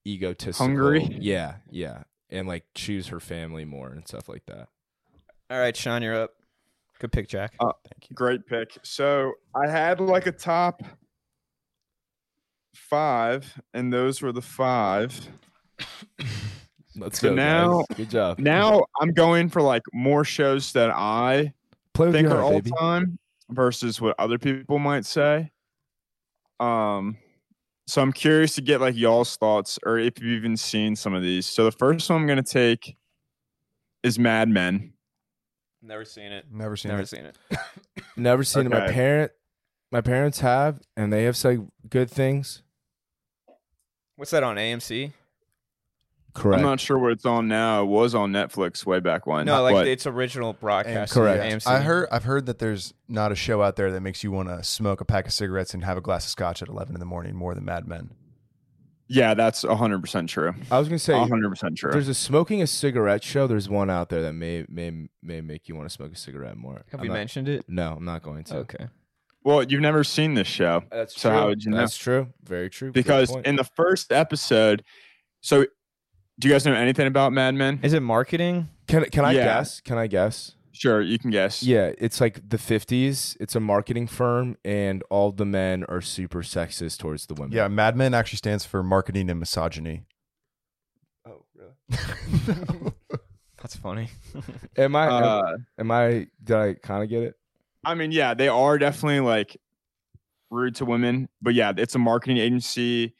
egotistical.
Hungry?
Yeah, yeah, and like choose her family more and stuff like that.
All right, Sean, you're up. Good pick, Jack.
Uh,
Thank you.
Great pick. So I had like a top five, and those were the five.
Let's
So
go.
now-
guys. good job.
Now I'm going for like more shows that I
play with
think
your
are
heart,
all
baby.
time versus what other people might say. Um, so I'm curious to get like y'all's thoughts, or if you've even seen some of these. So the first one I'm gonna take is Mad Men.
Never seen it.
Never seen
Never
her.
seen it.
Never seen it. My
Okay.
parent, my parents have, and they have said good things.
What's that on AMC?
Correct.
I'm not sure what it's on now. It was on Netflix way back when.
No, like
but-
its original broadcast.
AMC, Correct.
on AMC.
I heard. I've heard that there's not a show out there that makes you want to smoke a pack of cigarettes and have a glass of scotch at 11 in the morning more than Mad Men.
yeah, that's 100 percent true.
I was gonna say
100 percent true.
There's a smoking a cigarette show. There's one out there that may may may make you want to smoke a cigarette more.
Have
I'm
we
not-
mentioned Oh, it?
No, I'm not going to.
Okay.
Well, you've never seen this show.
That's
So how true. would you know?
That's true. Very true. Good
because
point.
in the first episode, so do you guys know anything about Mad Men?
Is it marketing?
can can I
Yeah.
guess? Can I guess?
Sure, you can guess.
Yeah, it's like the 50s. It's a marketing firm, and all the men are super sexist towards the women.
Mm-hmm.
Yeah, Mad Men actually stands for marketing and misogyny.
Oh, really?
That's funny.
Am I? am-
Uh,
am I? Did I kind of get it?
I mean, yeah, they are definitely like rude to women, but yeah, it's a marketing agency.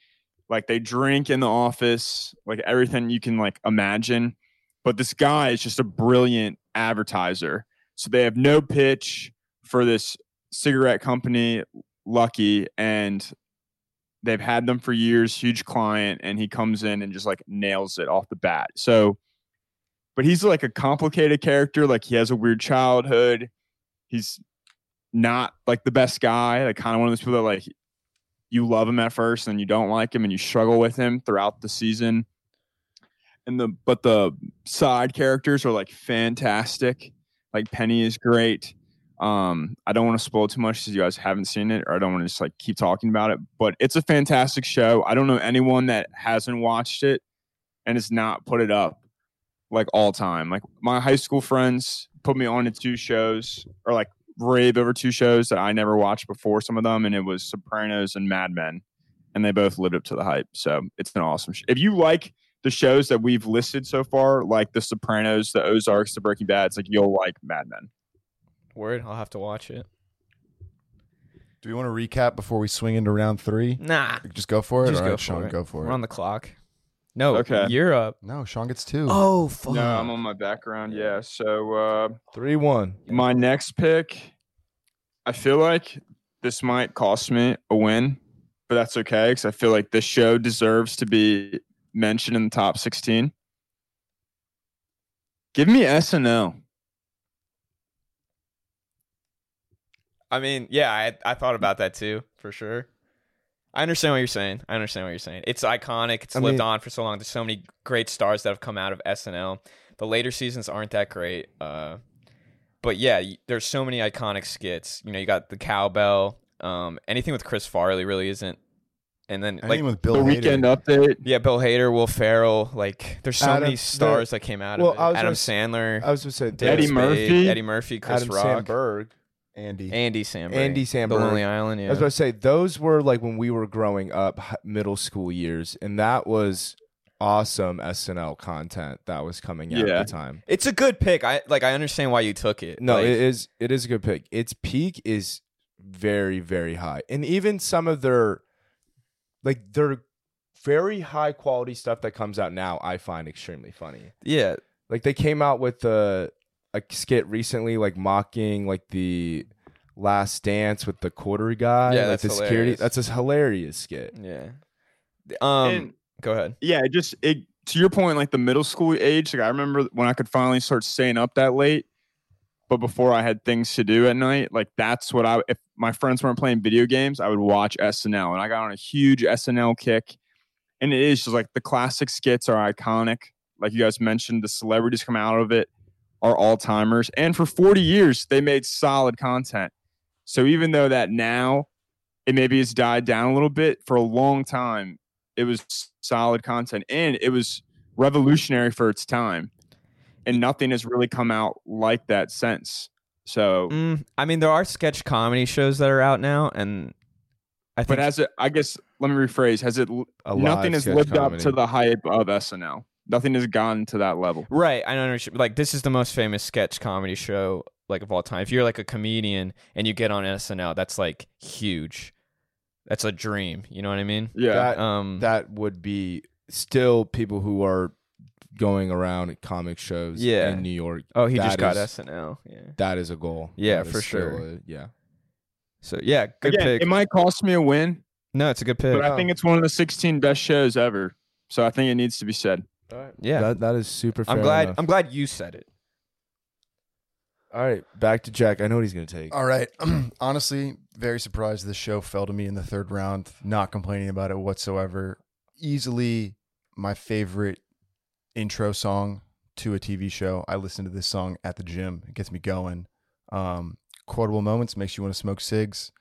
Like they drink in the office, like everything you can like imagine. But this guy is just a brilliant advertiser. So they have no pitch for this cigarette company, Lucky, and they've had them for years, huge client, and he comes in and just like nails it off the bat. So but he's like a complicated character, like he has a weird childhood. He's not like the best guy, like kind of one of those people that like you love him at first and you don't like him and you struggle with him throughout the season. And the but the side characters are like fantastic. Like Penny is great. Um, I don't want to spoil too much because you guys haven't seen it, or I don't want to just like keep talking about it. But it's a fantastic show. I don't know anyone that hasn't watched it and has not put it up like all time. Like my high school friends put me on to two shows, or like rave over two shows that I never watched before, some of them, and it was Sopranos and Mad Men. And they both lived up to the hype. So it's an awesome show. If you like the shows that we've listed so far, like The Sopranos, The Ozarks, The Breaking Bad, it's like you'll like Mad Men.
Word. I'll have to watch it.
Do we want to recap before we swing into round three?
Nah.
Just go for it.
Mm. Just
All
go
right,
for
Sean,
it.
go for
We're
it.
on the clock. No.
Okay.
You're up.
no, Sean gets two.
Oh fuck.
No, I'm on my background. Yeah. So uh,
Three one.
my next pick, I feel like this might cost me a win, but that's okay because I feel like this show deserves to be mentioned in the top 16. Give me SNL.
I mean, yeah, I I thought about that too for sure. I understand what you're saying. I understand what you're saying. It's iconic. It's
I
lived
mean-
on for so long. There's so many great stars that have come out of SNL. The later seasons aren't that great. Uh, but yeah, y- there's so many iconic skits. You know, you got the cowbell. Um, anything with Chris Farley really isn't. And then like
Anything with
The
Bill Hader.
weekend uh, update.
yeah, Bill Hader, Will Ferrell. Like there's so
Adam-
many stars that came out
well,
of it.
I was
Adam
just-
Sandler,
I was gonna say
David
Eddie
Spade,
Murphy.
Eddie Murphy, Chris
Adam
Rock,
Sandberg.
Andy.
Andy Samberg,
Andy Samberg.
The Lonely Island. Yeah.
I was about to say those were like when we were growing up, hi- middle school years, and that was awesome SNL content that was coming out
Yeah.
at the time.
It's a good pick. I like. I understand why you took it.
No,
Like,
it is it is a good pick. Its peak is very very high, and even some of their like their very high quality stuff that comes out now, I find extremely funny.
yeah.
Like they came out with a a skit recently, like mocking like the Last Dance with the quarter guy,
Yeah,
like
that's
the
hilarious.
That's a hilarious skit.
Yeah. Um.
And-
go ahead.
yeah, it just it to your point, like the middle school age. Like I remember when I could finally start staying up that late, but before I had things to do at night. Like that's what I. If my friends weren't playing video games, I would watch SNL, and I got on a huge SNL kick. And it is just like the classic skits are iconic. Like you guys mentioned, the celebrities come out of it are all timers, and for forty years they made solid content. So even though that now it maybe has died down a little bit, for a long time it was solid content and it was revolutionary for its time and nothing has really come out like that since so
Mm, I mean, there are sketch comedy shows that are out now, and I think
but has it i guess let me rephrase has it l-
A
nothing
live
has
sketch
lived
comedy.
up to the hype of snl nothing has gotten to that level
Right. I don't understand. Like this is the most famous sketch comedy show like of all time. If you're like a comedian and you get on SNL, that's like huge. That's a dream. You know what I mean?
yeah
That-
Um.
that would be still people who are going around at comic shows
Yeah.
in New York.
oh, he
that
just got
is-
SNL. Yeah.
That is a goal.
Yeah,
That is
for
still
sure.
a- yeah.
So yeah, good
Again,
pick.
it might cost me a win
no, it's a good pick.
but i think it's one of the 16 best shows ever so i think it needs to be said
yeah.
That, that is super fair
I'm glad.
enough.
I'm glad you said it.
All right, back to Jack. I know what he's going to take.
All right. Honestly, very surprised this show fell to me in the third round. Not complaining about it whatsoever. Easily my favorite intro song to a TV show. I listen to this song at the gym. It gets me going. Um, quotable moments makes you want to smoke cigs.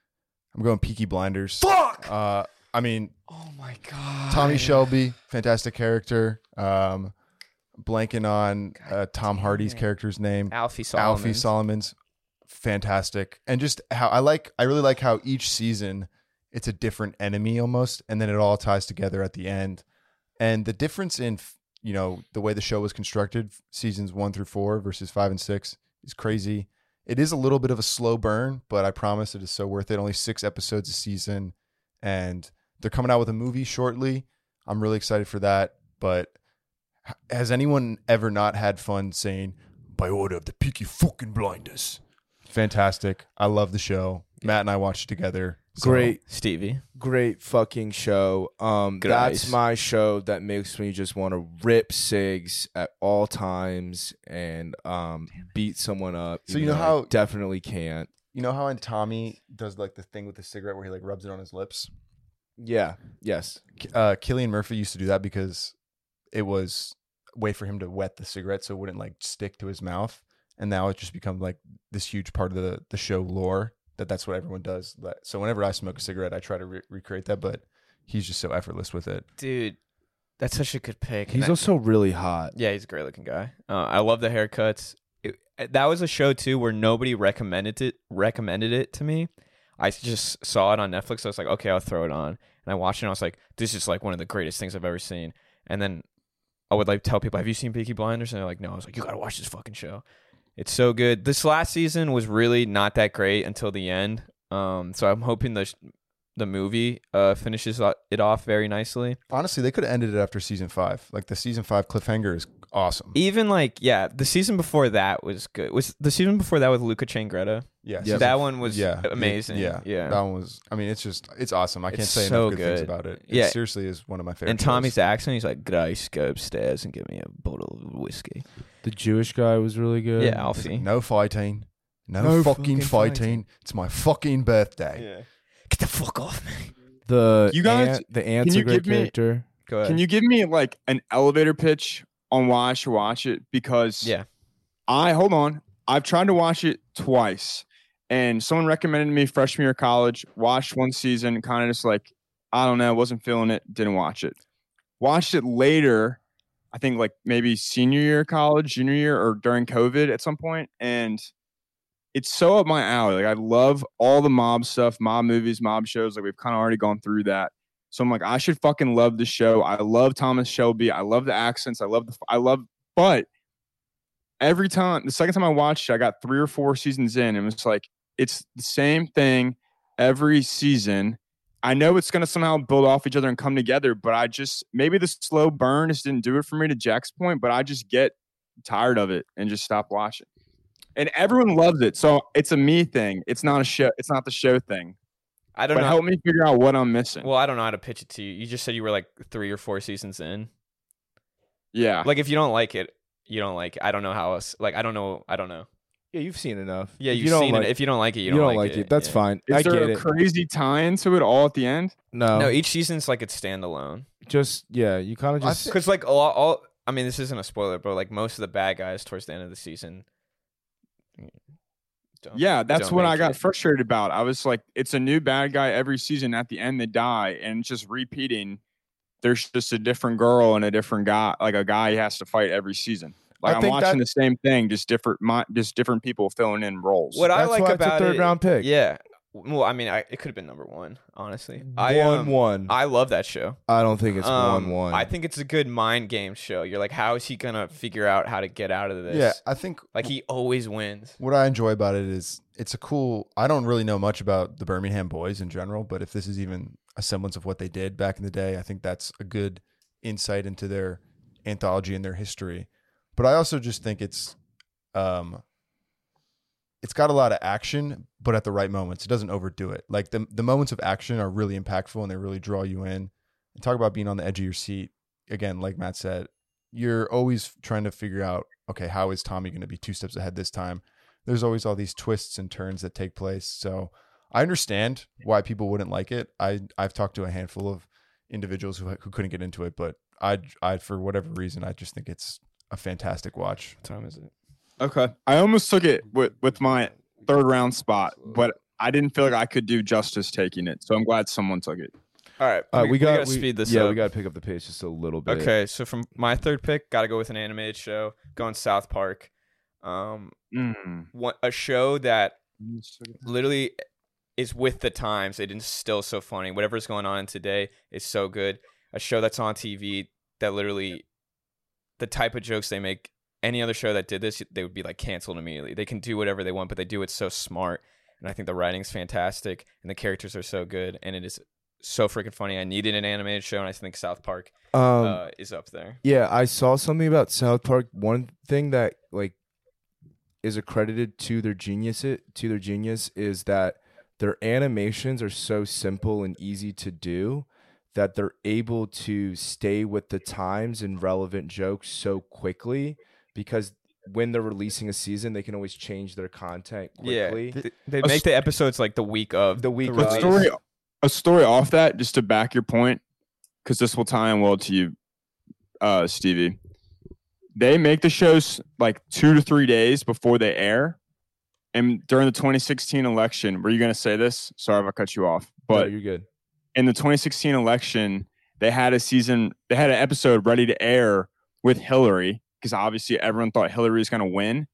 I'm going Peaky Blinders. Fuck. Uh, I mean,
Oh my god.
Tommy Shelby, fantastic character. Um, blanking on uh, Tom Hardy's
it.
character's name.
Alfie Solomon.
Alfie Solomon's fantastic. And just how I like I really like how each season it's a different enemy almost and then it all ties together at the end. And the difference in you know the way the show was constructed seasons 1 through 4 versus 5 and 6 is crazy. It is a little bit of a slow burn, but I promise it is so worth it. Only 6 episodes a season and they're coming out with a movie shortly. I'm really excited for that, but h- has anyone ever not had fun saying by order of the Peaky fucking Blinders. Fantastic. I love the show. Matt and I watched it together. So-
Great,
Stevie.
great fucking show. Um,
Good
that's
eyes.
my show that makes me just want to rip cigs at all times and um beat someone up.
So you
even
know
though I
how-
definitely can't.
You know how in Tommy does like the thing with the cigarette where he like rubs it on his lips?
Yeah. Yes.
K- Uh Killian Murphy used to do that because it was a way for him to wet the cigarette so it wouldn't like stick to his mouth. And now it's just become like this huge part of the the show lore that that's what everyone does. Like, So whenever I smoke a cigarette, I try to re- recreate that, but he's just so effortless with it.
Dude, that's such a good pick. And
He's
that-
also really hot.
Yeah, he's a great looking guy. Uh, I love the haircuts. It, uh, that was a show too where nobody recommended it recommended it to me. I just saw it on Netflix. I was like, okay, I'll throw it on. And I watched it. and I was like, this is like one of the greatest things I've ever seen. And then I would like tell people, have you seen Peaky Blinders? And they're like, no. I was like, you gotta watch this fucking show. It's so good. This last season was really not that great until the end. Um, so I'm hoping the sh- the movie uh finishes o- it off very nicely.
Honestly, they could have ended it after season five. Like the season five cliffhanger is awesome.
Even like yeah, the season before that was good. Was the season before that with Luca Changretta?
Yeah,
Yeah. Oh,
season
That one was
yeah,
amazing.
Yeah,
yeah.
That one was. I mean, it's just it's awesome. I can't
It's
say
so
enough good, things
good.
about it. It
Yeah.
seriously is one of my favorite.
and Tommy's
shows.
accent, he's like, "Guys, go upstairs and get me a bottle of whiskey."
The Jewish guy was really good.
Yeah, Alfie.
no fighting. No,
No
fucking,
fucking
fighting.
fighting.
It's my fucking birthday.
Get the fuck off me.
The
You guys-
aunt, the aunt's
you
a great
give me-
character.
Go ahead.
Can you give me like an elevator pitch on why I should watch it? Because
Yeah.
I hold on. I've tried to watch it twice, and someone recommended me freshman year of college. Watched one season, kind of just like I don't know, wasn't feeling it. Didn't watch it. Watched it later. I think like maybe senior year of college, junior year, or during COVID at some point, and it's so up my alley. Like I love all the mob stuff, mob movies, mob shows. Like we've kind of already gone through that. So I'm like, I should fucking love the show. I love Thomas Shelby. I love the accents. I love the. I love, but every time the second time I watched it, I got three or four seasons in, and it's like it's the same thing every season. I know it's gonna somehow build off each other and come together, but I just maybe the slow burn just didn't do it for me to Jack's point, but I just get tired of it and just stop watching. And everyone loves it, so it's a me thing. It's not a show. It's not the show thing.
I don't
But
know.
help me figure out what I'm missing.
well, I don't know how to pitch it to you. You just said you were like three or four seasons in.
yeah.
Ah.
Like if you don't like it, you don't like. It. I don't know how else. Like I don't know. I don't know.
Yeah, you've seen enough.
Yeah,
If
you've
you don't
seen
like,
it. If you don't like it, you
you
don't,
like it. That's
yeah.
fine.
Is
I
there
get
a
it.
crazy tie into it all at the end?
no,
No, each season's like it's standalone.
just yeah, you kind of
I
just
Because like all, all, I mean, this isn't a spoiler, but like most of the bad guys towards the end of the season. don't-
Yeah, that's
don't
what
make
I got
it.
frustrated about. I was like, it's a new bad guy every season. At the end, they die, and it's just repeating. There's just a different girl and a different guy, like a guy he has to fight every season. Like I
I
am
think
watching
that-
the same thing, just different, my, just different people filling in roles.
What I
That's
like
why it's a
about
third
it,
round pick.
Yeah. Well, I mean, I, it could have been number one, honestly.
I
I um,
one. I,
I love that show.
don't think it's
Um,
one one.
I think it's a good mind game show. You're like, how is he gonna figure out how to get out of this?
Yeah, I think
Like he always wins.
what I enjoy about it is it's a cool. I don't really know much about the Birmingham Boys in general, but if this is even a semblance of what they did back in the day, I think that's a good insight into their anthology and their history. But I also just think it's, um, it's got a lot of action, but at the right moments. It doesn't overdo it. Like the the moments of action are really impactful and they really draw you in. And talk about being on the edge of your seat. Again, like Matt said, you're always trying to figure out, okay, how is Tommy going to be two steps ahead this time? there's always all these twists and turns that take place. So I understand why people wouldn't like it. I I've talked to a handful of individuals who who couldn't get into it, but I I for whatever reason I just think it's a fantastic watch.
What time is it?
Okay, I almost took it with with my third round spot, but I didn't feel like I could do justice taking it. So I'm glad someone took it.
All right.
Uh,
we,
we got
to speed this
yeah,
up.
we got to pick up the pace just a little bit.
Okay, so from my third pick, gotta go with an animated show. Going South Park, um,
Mm.
one, a show that literally is with the times. It is still so funny. Whatever's going on today is so good. A show that's on TV that literally, the type of jokes they make. Any other show that did this, they would be like canceled immediately. They can do whatever they want, but they do it so smart. And I think the writing's fantastic, and the characters are so good, and it is so freaking funny. I needed an animated show, and I think South Park
Um,
uh, is up there.
Yeah, I saw something about South Park. One thing that like is accredited to their genius to their genius is that their animations are so simple and easy to do that they're able to stay with the times and relevant jokes so quickly because when they're releasing a season, they can always change their content quickly.
Yeah, th- Oh, they
s-
make the episodes like the week of
The
a
week of.
release.
story a story off that just to back your point because this will tie in well to you uh stevie they make the shows like two to three days before they air and during the 2016 election were you going to say this sorry if i cut you off
No,
but
you're good.
in the 2016 election, they had a season, they had an episode ready to air with Hillary because obviously everyone thought Hillary was going to win.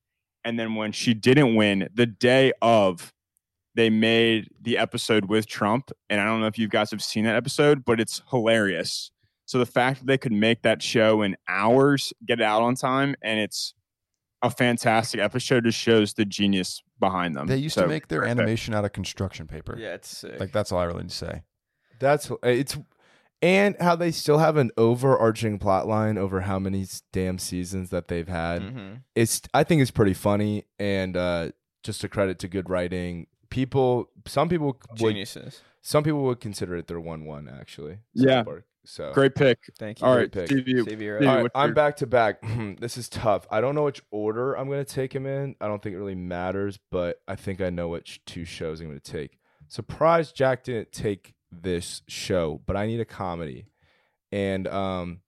And then when she didn't win, the day of, they made the episode with Trump. And I don't know if you guys have seen that episode, but it's hilarious. So the fact that they could make that show in hours, get it out on time, and it's a fantastic episode just shows the genius behind them.
They used
So,
to make their
perfect.
animation out of construction paper.
Yeah, it's sick.
Like that's all I really need to say.
That's uh, it's and how they still have an overarching plot line over how many s- damn seasons that they've had.
Mhm.
It's I think it's pretty funny and uh just a credit to good writing. People some people would
geniuses.
some people would consider it their one one actually.
Yeah.
South Park. So
Great pick.
Thank you.
All right,
pick.
Stevie, you-
Stevie, you're
Stevie,
up.
All right,
what's
I'm
your-
back to back. this is tough. I don't know which order I'm going to take him in. I don't think it really matters, but I think I know which two shows I'm going to take. Surprised Jack didn't take this show, but I need a comedy. And um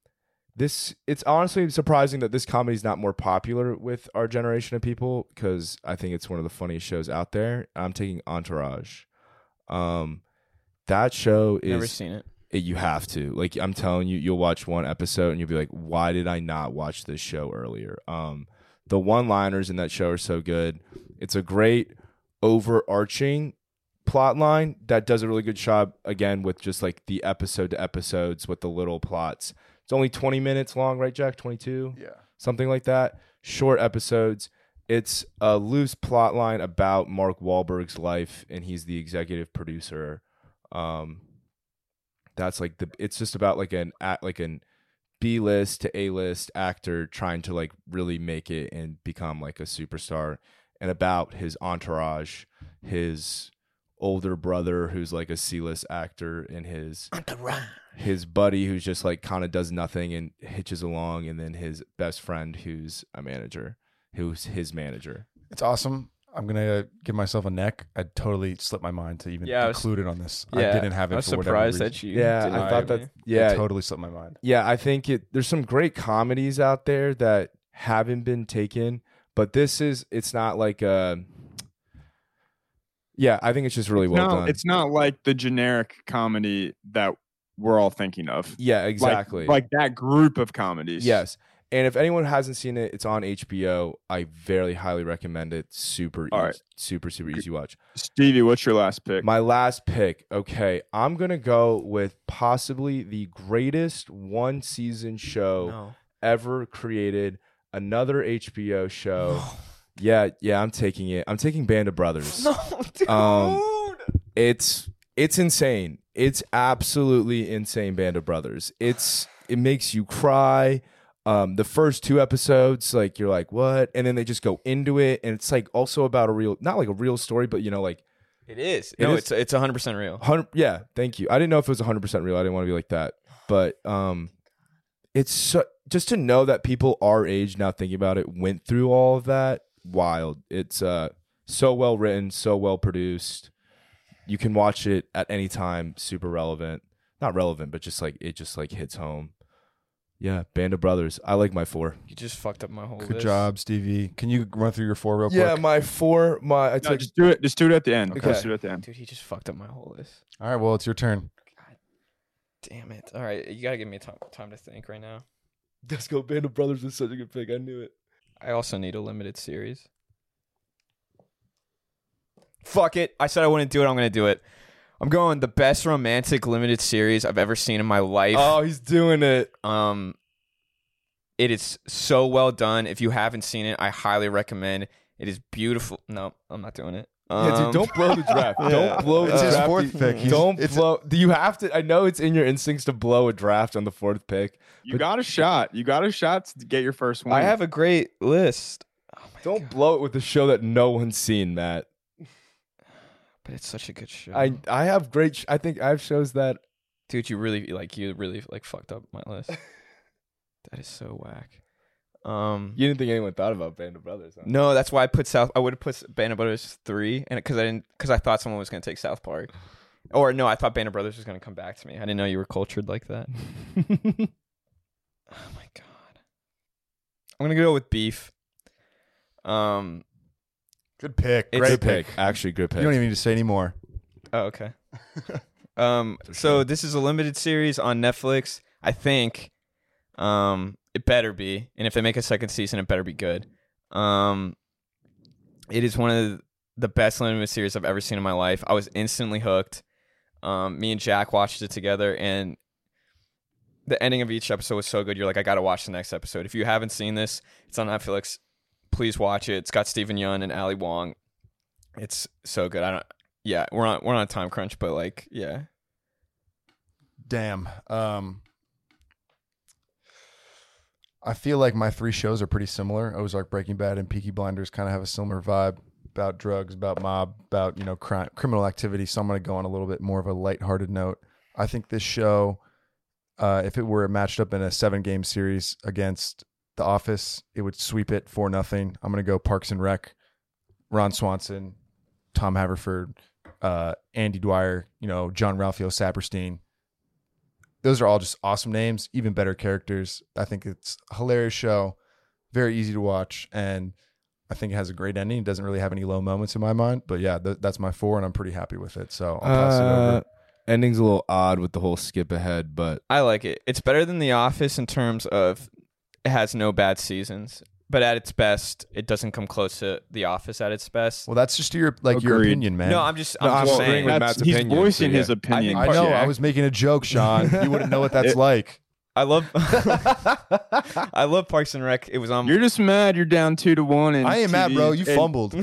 this it's honestly surprising that this comedy is not more popular with our generation of people cuz I think it's one of the funniest shows out there. I'm taking Entourage. Um that show is
Never seen it.
it, you have to like i'm telling you you'll watch one episode and you'll be like why did i not watch this show earlier um the one liners in that show are so good it's a great overarching plot line that does a really good job again with just like the episode to episodes with the little plots it's only 20 minutes long right jack 22
Yeah.
something like that. Short episodes. It's a loose plot line about Mark Wahlberg's life, and he's the executive producer. Um, that's like the. It's just about like an at like an B list to A list actor trying to like really make it and become like a superstar, and about his entourage, his older brother who's like a C list actor, and his his buddy who's just like kind of does nothing and hitches along, and then his best friend who's a manager, who's his manager.
It's awesome. I'm gonna give myself a neck. I totally slipped my mind to even
Yeah, I was-
include it on this.
Yeah,
I didn't have it.
I was
for whatever
surprised
reason.
that you.
yeah,
didn't
I
hire
thought
me.
that.
It
Yeah,
totally slipped my mind.
yeah. I think it. There's some great comedies out there that haven't been taken, but this is. It's not like a. Yeah, I think it's just really well
no,
done.
it's not like the generic comedy that we're all thinking of.
yeah,
Like-
exactly.
Like, that group of comedies.
Yes. And if anyone hasn't seen it, it's on HBO. I very highly recommend it. Super
All
easy,
right.
super super
Gr-
easy watch.
Stevie, what's your last pick?
My last pick. Okay, I'm going to go with possibly the greatest one season show
No.
ever created, another HBO show.
No.
Yeah, yeah, I'm taking it. I'm taking Band of Brothers.
No, dude.
Um, It's it's insane. It's absolutely insane Band of Brothers. It's it makes you cry. Um the first two episodes like you're like what? And then they just go into it and it's like also about a real not like a real story but you know like
it is.
It
no,
is-
it's it's 100 percent real.
100 yeah thank you i didn't know if it was 100% real i didn't want to be like that but um it's so, just to know that people our age now thinking about it went through all of that wild it's uh so well written so well produced you can watch it at any time super relevant not relevant but just like it just like hits home yeah band of brothers i like my four
You just fucked up my whole.
Good
list.
job, Stevie. Can you run through your four real quick?
um,
my four my i
No, just do it. Just do it at the end.
Okay.
Just do it at the end.
dude. He just fucked up my whole list.
All right. Well, it's your turn.
Damn it! All right, you gotta give me time time to think right now.
let's go band of brothers is such a good pick i knew it
I also need a limited series. Fuck it. I said I wouldn't do it. I'm going to do it. I'm going the best romantic limited series I've ever seen in my life.
oh he's doing it
Um it is so well done. If you haven't seen it, I highly recommend. It is beautiful. No, I'm not doing it. Um,
yeah, dude, don't blow the draft.
Yeah.
Don't blow the
It's his
draft.
fourth
You-
pick. He's-
don't
it's-
blow. Do you have to? I know it's in your instincts to blow a draft on the fourth pick.
You
But-
got a shot. You got a shot to get your first one.
I have a great list. Oh my
Don't
God.
blow it with a show that no one's seen, Matt.
But it's such a good show.
I I have great. Sh- I think I have shows that.
dude you really like you really like fucked up my list that is so whack um
You didn't think anyone thought about Band of Brothers. Huh?
no that's why i put south i would have put band of brothers three and because i didn't because i thought someone was going to take south park or no i thought band of brothers was going to come back to me i didn't know you were cultured like that oh my god i'm going to go with beef um
Good pick.
It's-
Great
good pick. Actually, good pick.
You don't even need to say any more.
Oh, okay. um, so this is a limited series on Netflix. I think. Um, it better be, and if they make a second season, it better be good. Um, it is one of the best limited series I've ever seen in my life. I was instantly hooked. Um, me and Jack watched it together, and the ending of each episode was so good. You're like, I gotta watch the next episode. If you haven't seen this, it's on Netflix. Please watch it. It's got Stephen Yun and Ali Wong. It's so good. I don't yeah, we're on we're on a time crunch, but like, yeah.
Damn. Um, I feel like my three shows are pretty similar. Ozark, Breaking Bad, and Peaky Blinders kind of have a similar vibe about drugs, about mob, about you know crime, criminal activity. So I'm going to go on a little bit more of a lighthearted note. I think this show uh, if it were matched up in a seven game series against The Office, it would sweep it for nothing. I'm gonna go Parks and Rec, Ron Swanson, Tom Haverford, uh, Andy Dwyer, you know John Ralphio Saperstein. Those are all just awesome names, even better characters. I think it's a hilarious show, very easy to watch, and I think it has a great ending. It doesn't really have any low moments in my mind, but yeah, th- that's my four, and I'm pretty happy with it. So I'll pass it over.
Uh, ending's a little odd with the whole skip ahead, but
I like it. It's better than The Office in terms of it has no bad seasons, but at its best, it doesn't come close to The Office at its best.
Well, that's just your like your
Agreed.
opinion, man.
no, I'm just I'm
No,
just
well,
saying.
that's-
Matt's
he's
opinion, so
voicing
yeah.
his opinion.
I know.
Jack.
I was making a joke, Sean. You wouldn't know what that's like.
I love I love Parks and Rec. It was on
You're just mad. You're down two to one. And
I am mad, bro. You fumbled.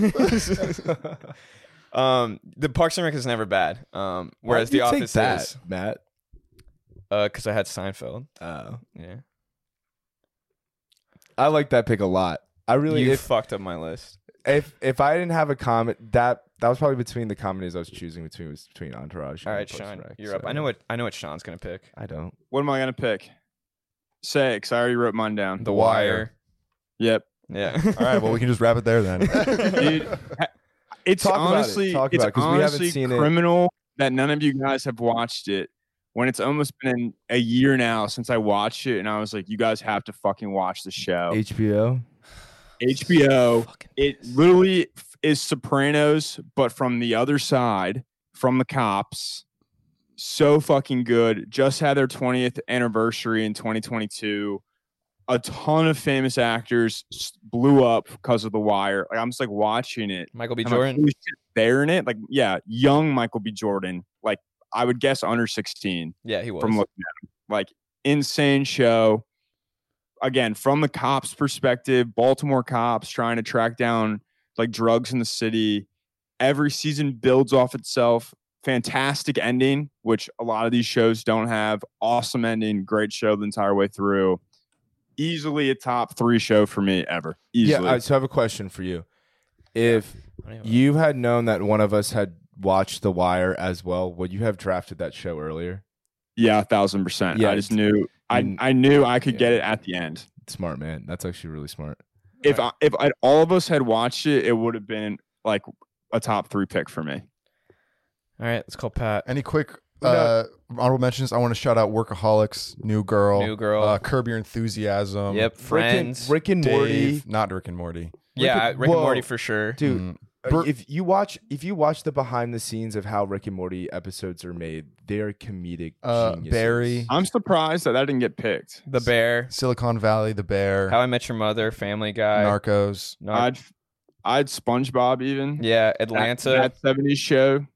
um the Parks and Rec is never bad. Um whereas
Why'd Uh,
The
you take
Office
that,
is
Matt.
uh cuz I had Seinfeld.
Oh.
Yeah.
I like that pick a lot. I really
you
if,
fucked up my list.
if if I didn't have a comment that that was probably between the comedies I was choosing between was between Entourage.
All
and
right,
Parks and
Sean,
Rec,
you're
so-
up. I know what I know what Sean's going to pick.
I don't.
What am I gonna pick? Say it, 'cause I already wrote mine down.
The
Wire.
Yep.
Yeah.
All right. Well, we can just wrap it there then.
Dude, it's
Talk about it.
honestly
Talk
it's
about it, 'cause we haven't
honestly
seen it.
criminal that none of you guys have watched it when it's almost been a year now since I watched it and I was like you guys have to fucking watch the
Oh.
show.
HBO.
HBO it literally f- is Sopranos but from the other side from the cops. So fucking good. Just had their 20th anniversary in 2022. A ton of famous actors s- blew up because of The Wire. Like I'm just like watching it
Michael B.
I'm like,
Jordan.
"Holy shit, there in it. Like, yeah, young Michael B. Jordan. Like, I would guess under 16
Yeah, he was.
from looking at him. Like, insane show. Again, from the cops' perspective, Baltimore cops trying to track down like drugs in the city. Every season builds off itself. Fantastic ending, which a lot of these shows don't have. Awesome ending. Great show the entire way through. Easily a top three show for me ever. Easily.
Yeah. I, so I have a question for you. If
I don't even-
you had known that one of us had watched The Wire as well, would you have drafted that show earlier?
Yeah, a thousand percent.
Yeah,
I just knew I,
you-
I knew I could
yeah.
get it at the end.
Smart man. That's actually really smart.
If I, if I, all of us had watched it, it would have been like a top three pick for me.
All right, let's call Pat.
Any quick uh, honorable mentions? I want to shout out Workaholics, New Girl,
New Girl.
uh, Curb Your Enthusiasm.
yep, Friends.
Rick and, Rick and Morty.
Dave, not Rick and Morty.
yeah,
Rick and-
Rick and
Whoa.
Morty for sure.
Dude,
Mm.
Uh,
Bur-
if you watch if you watch the behind the scenes of how Rick and Morty episodes are made, they're comedic
Uh,
geniuses.
Barry.
I'm surprised that that didn't get picked.
The Bear,
Silicon Valley, The Bear,
How I Met Your Mother, Family Guy,
Narcos.
Nar-
I'd, I'd SpongeBob even.
yeah,
That-
Atlanta,
That, 70s show.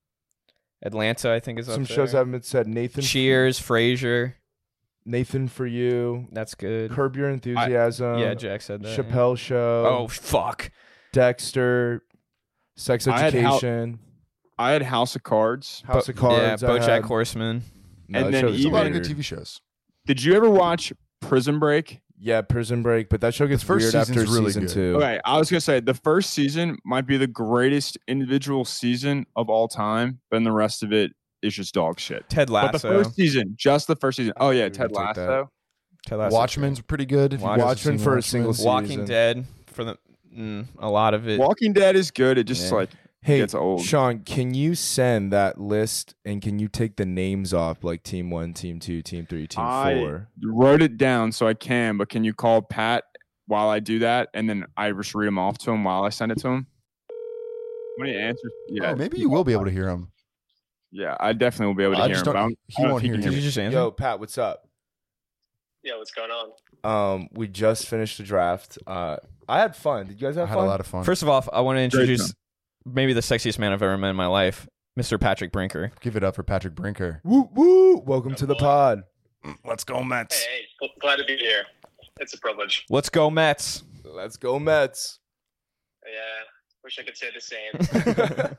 Atlanta. I think is up
Some
there.
shows haven't been said. Nathan
Cheers, Frasier.
Nathan for you.
That's good.
Curb your enthusiasm.
yeah, Jack said that. yeah.
uh, Chappelle Show.
Oh fuck.
Dexter. Sex
I had Hal-
Education.
I had House of Cards.
House of Cards.
yeah,
I
BoJack
had-
Horseman.
No,
And
that
then
show's
There's a lot of
weird.
good TV shows.
Did you ever watch Prison Break?
Yeah, Prison Break, but that show gets
The first
weird after
season's really
season
good.
two.
Okay, I was gonna say the first season might be the greatest individual season of all time, but then the rest of it is just dog shit.
Ted
But the
Lasso.
first season, just the first season. Oh yeah,
Dude,
Ted
we'll take that.
Lasso.
Ted Lasso's
Watchmen's pretty good. if you guys have
Watchmen
seen
for a single
Watchmen. Oh,
season.
Walking Dead for the mm, a lot of it.
Walking Dead is good. It just
Yeah.
like
Hey,
gets old.
Sean, can you send that list and can you take the names off like team one, team two, team three, team
I-
four?
Wrote it down so I can, but can you call Pat while I do that, and then I just read them off to him while I send it to him? When he answers, yeah,
Oh, maybe you will be able to hear him.
Yeah, I definitely will be able to
I
hear
just
him.
don't.
but I'm-
he
I don't
won't
think
hear
he
Did
you.
you just answer?
Yo, Pat, what's up?
Yeah, what's going on?
Um, we just finished the draft. Uh, I had fun. Did you guys
I
have
had a
fun?
lot of fun.
First of all, I want to
Great
introduce maybe the sexiest man I've ever met in my life, Mr. Patrick Brinker.
give it up for Patrick Brinker.
woo woo! Welcome to the pod.
Mm, Let's go, Mets.
Hey, hey, gl- glad to be here. It's a privilege.
Let's go Mets.
Let's go Mets.
Yeah, wish I could say the same.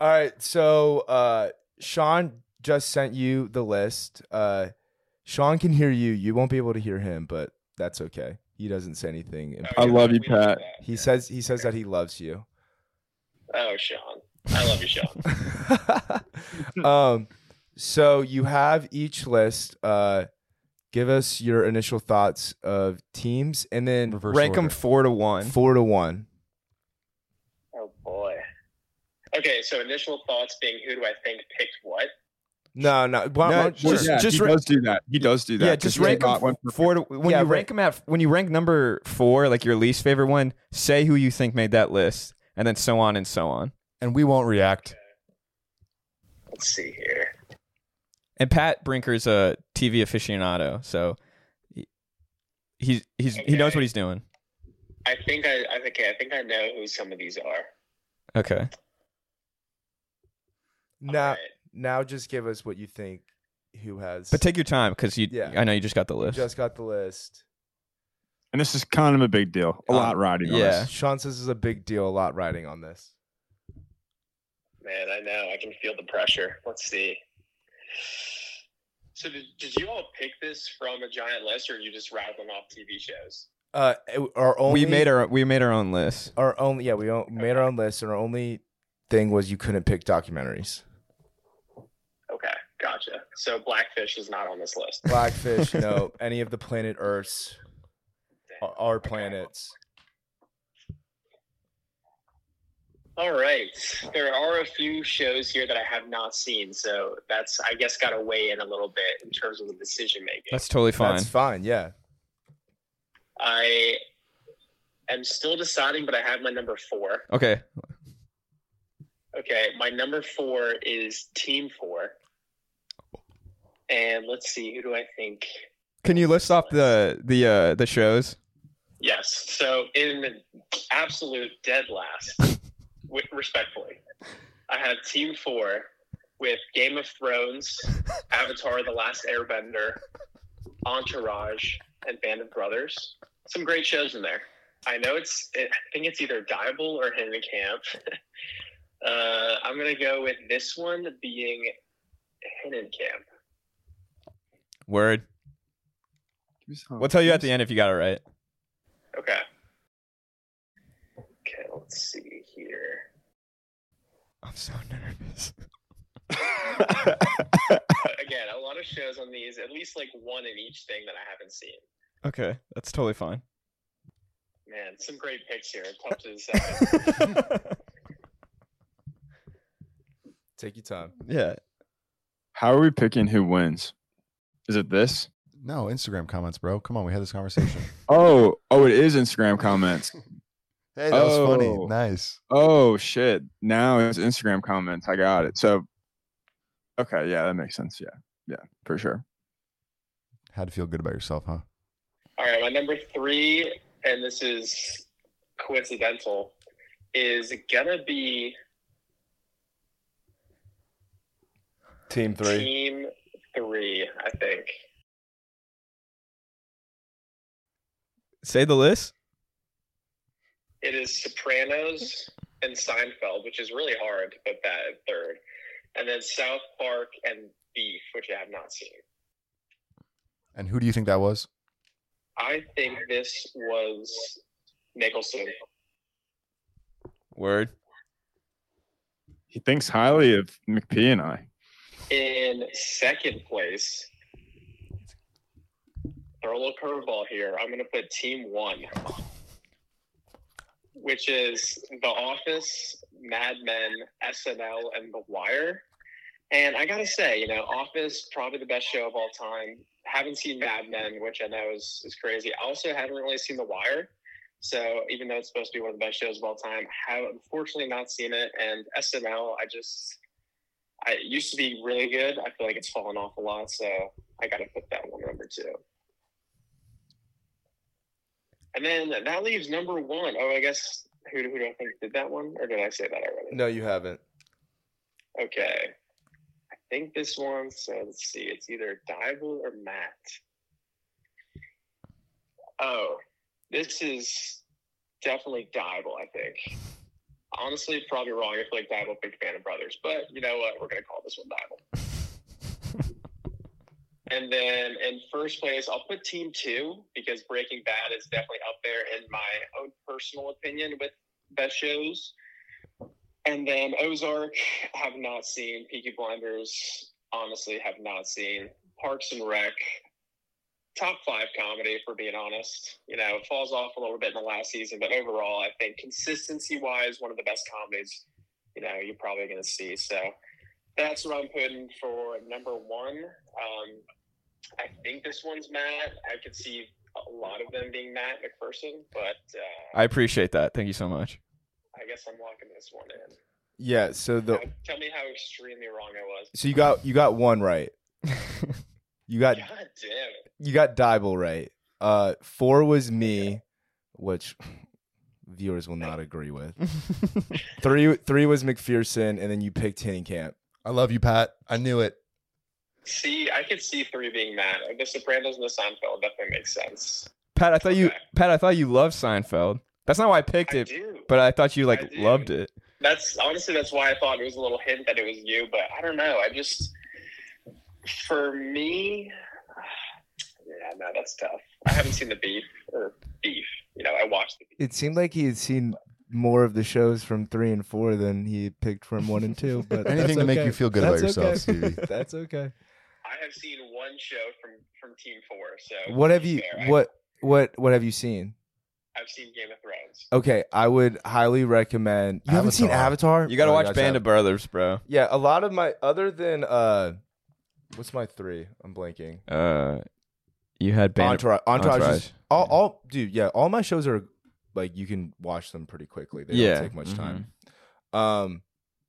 Oh,
All right, so uh, Sean just sent you the list. Uh, Sean can hear you. You won't be able to hear him, but that's okay. He doesn't say anything.
Oh,
I
yeah,
love you,
we know
Pat.
that.
He says he says that he loves you.
Oh, Sean, I love you, Sean.
um, so you have each list. Uh, give us your initial thoughts of teams and then
Reverse
Rank
order.
them four to one.
four to one.
Oh boy. Okay, so initial thoughts being who do I think picked what?
No, no. Why,
No,
why-
sure.
just-
yeah,
just
he
ra-
does do that. He does do that.
yeah, just
'cause
rank
Scott
them
went for-
four to when
Yeah,
you
ra-
rank them at when you rank number four, like your least favorite one. Say who you think made that list, and then so on and so on.
and we won't react.
Let's see here.
And Pat Brinker's a TV aficionado, so he- he's he's he knows
Okay.
what he's doing.
I think I, I think I think I know who some of these are.
Okay,
now,
Alright.
now, just give us what you think. Who has?
but take your time because you.
Yeah.
I know you just got the list.
just got the list.
and this is kind of a big deal. A
Uh,
lot riding on
yeah.
this.
Sean says this is a big deal. A lot riding on this.
Man, I know. I can feel the pressure. Let's see. So did, did you all pick this from a giant list or you just rattling off TV shows?
Uh, our only
we made our we made our own list.
our only yeah we o- made our own list and our only thing was you couldn't pick documentaries.
Okay, gotcha. So Blackfish is not on this list.
Blackfish, no. Any of the planet Earths, our- our planets.
All right. There are a few shows here that I have not seen, so that's I guess got to weigh in a little bit in terms of the decision making.
That's totally fine.
That's fine. Yeah.
I am still deciding, but I have my number four.
okay,
Okay, my number four is Team Four, and let's see who do I think.
can you list off the the uh, the shows?
Yes, so in absolute dead last, wi- respectfully, I have Team Four with Game of Thrones, Avatar: The Last Airbender, Entourage, and Band of Brothers. Some great shows in there. I know it's. I think it's either Diable or Hidden Camp. uh, I'm gonna go with this one being Hidden Camp.
Word. We'll tell you at the end if you got it right.
Okay. Okay. Let's see here.
I'm so nervous.
Again, a lot of shows on these. At least like one in each thing that I haven't seen.
Okay, that's totally fine.
Man, some great picks here. Tough to decide.
Take your time.
yeah.
How are we picking who wins? Is it this?
No Instagram comments, bro. Come on, we had this conversation.
Oh, oh, it is Instagram comments.
hey, that was funny.
Oh.
Nice.
Oh shit! Now it's Instagram comments. I got it. So, okay, yeah, that makes sense. Yeah, yeah, for sure.
Had to feel good about yourself, huh?
All right, my number three, and this is coincidental, is gonna be
Team three.
Team Three. I think.
Say the list.
It is Sopranos and Seinfeld, which is really hard to put that at third, and then South Park and Beef, which I have not seen.
And who do you think that was?
I think this was Nicholson.
Word.
He thinks highly of McP and I.
In second place, throw a little curveball here. I'm going to put Team One, which is The Office, Mad Men, SNL, and The Wire. And I got to say, you know, Office, probably the best show of all time. Haven't seen Mad Men, which I know is, is crazy. I also haven't really seen The Wire. So even though it's supposed to be one of the best shows of all time, have unfortunately not seen it. And SNL, I just I, it used to be really good. I feel like it's fallen off a lot, so I got to put that one number two. And then that leaves number one. Oh, I guess who who do I think did that one, or did I say that already?
No, you haven't.
Okay, I think this one. So let's see. It's either Dival or Matt. Oh, this is definitely Dival. I think. Honestly, probably wrong. I feel like Dival picked Band of Brothers, but you know what? We're gonna call this one Dival. And then in first place, I'll put Team Two because Breaking Bad is definitely up there in my own personal opinion with best shows. And then Ozark, have not seen. Peaky Blinders, honestly, have not seen. Parks and Rec, top five comedy, if we're being honest. You know, it falls off a little bit in the last season, but overall, I think consistency wise, one of the best comedies. You know, you're probably going to see. So that's what I'm putting for number one. Um, I think this one's Matt. I could see a lot of them being Matt McPherson, but uh,
I appreciate that. Thank you so much.
I guess I'm locking this one in.
Yeah. So the
Now, tell me how extremely wrong I was.
so you got you got one right. You got
God damn it.
you got Dibel right. Uh, four was me, which viewers will not agree with. Three three was McPherson, and then you picked Camp.
I love you, Pat. I knew it.
See, I could see three being Matt. The Sopranos and the Seinfeld definitely makes sense.
Pat, I thought you
Okay.
Pat, I thought you loved Seinfeld. That's not why I picked
I
it,
do.
but I thought you
I
like
do.
loved it.
that's honestly that's why I thought it was a little hint that it was you, but I don't know. I just for me Yeah, no, that's tough. I haven't seen the beef or beef. You know, I watched the beef.
It seemed like he had seen more of the shows from three and four than he picked from one and two. But
Anything
that's
to make
okay.
you feel good
That's
about yourself,
okay.
Stevie.
that's okay.
I have seen one show from from Team Four, so
What
to
have
be
you
fair, I-
what what what have you seen?
I've seen Game of Thrones.
Okay, I would highly recommend. You haven't seen Avatar?
You gotta
Oh, I
watch
got
Band
you.
of Brothers, bro.
Yeah, a lot of my other than uh, what's my three? I'm blanking.
Uh, you had Band of
Entourage. Entourage. is-
Entourage.
all, all, dude. Yeah, all my shows are like you can watch them pretty quickly. They
Yeah, mm-hmm.
don't take much time. Um,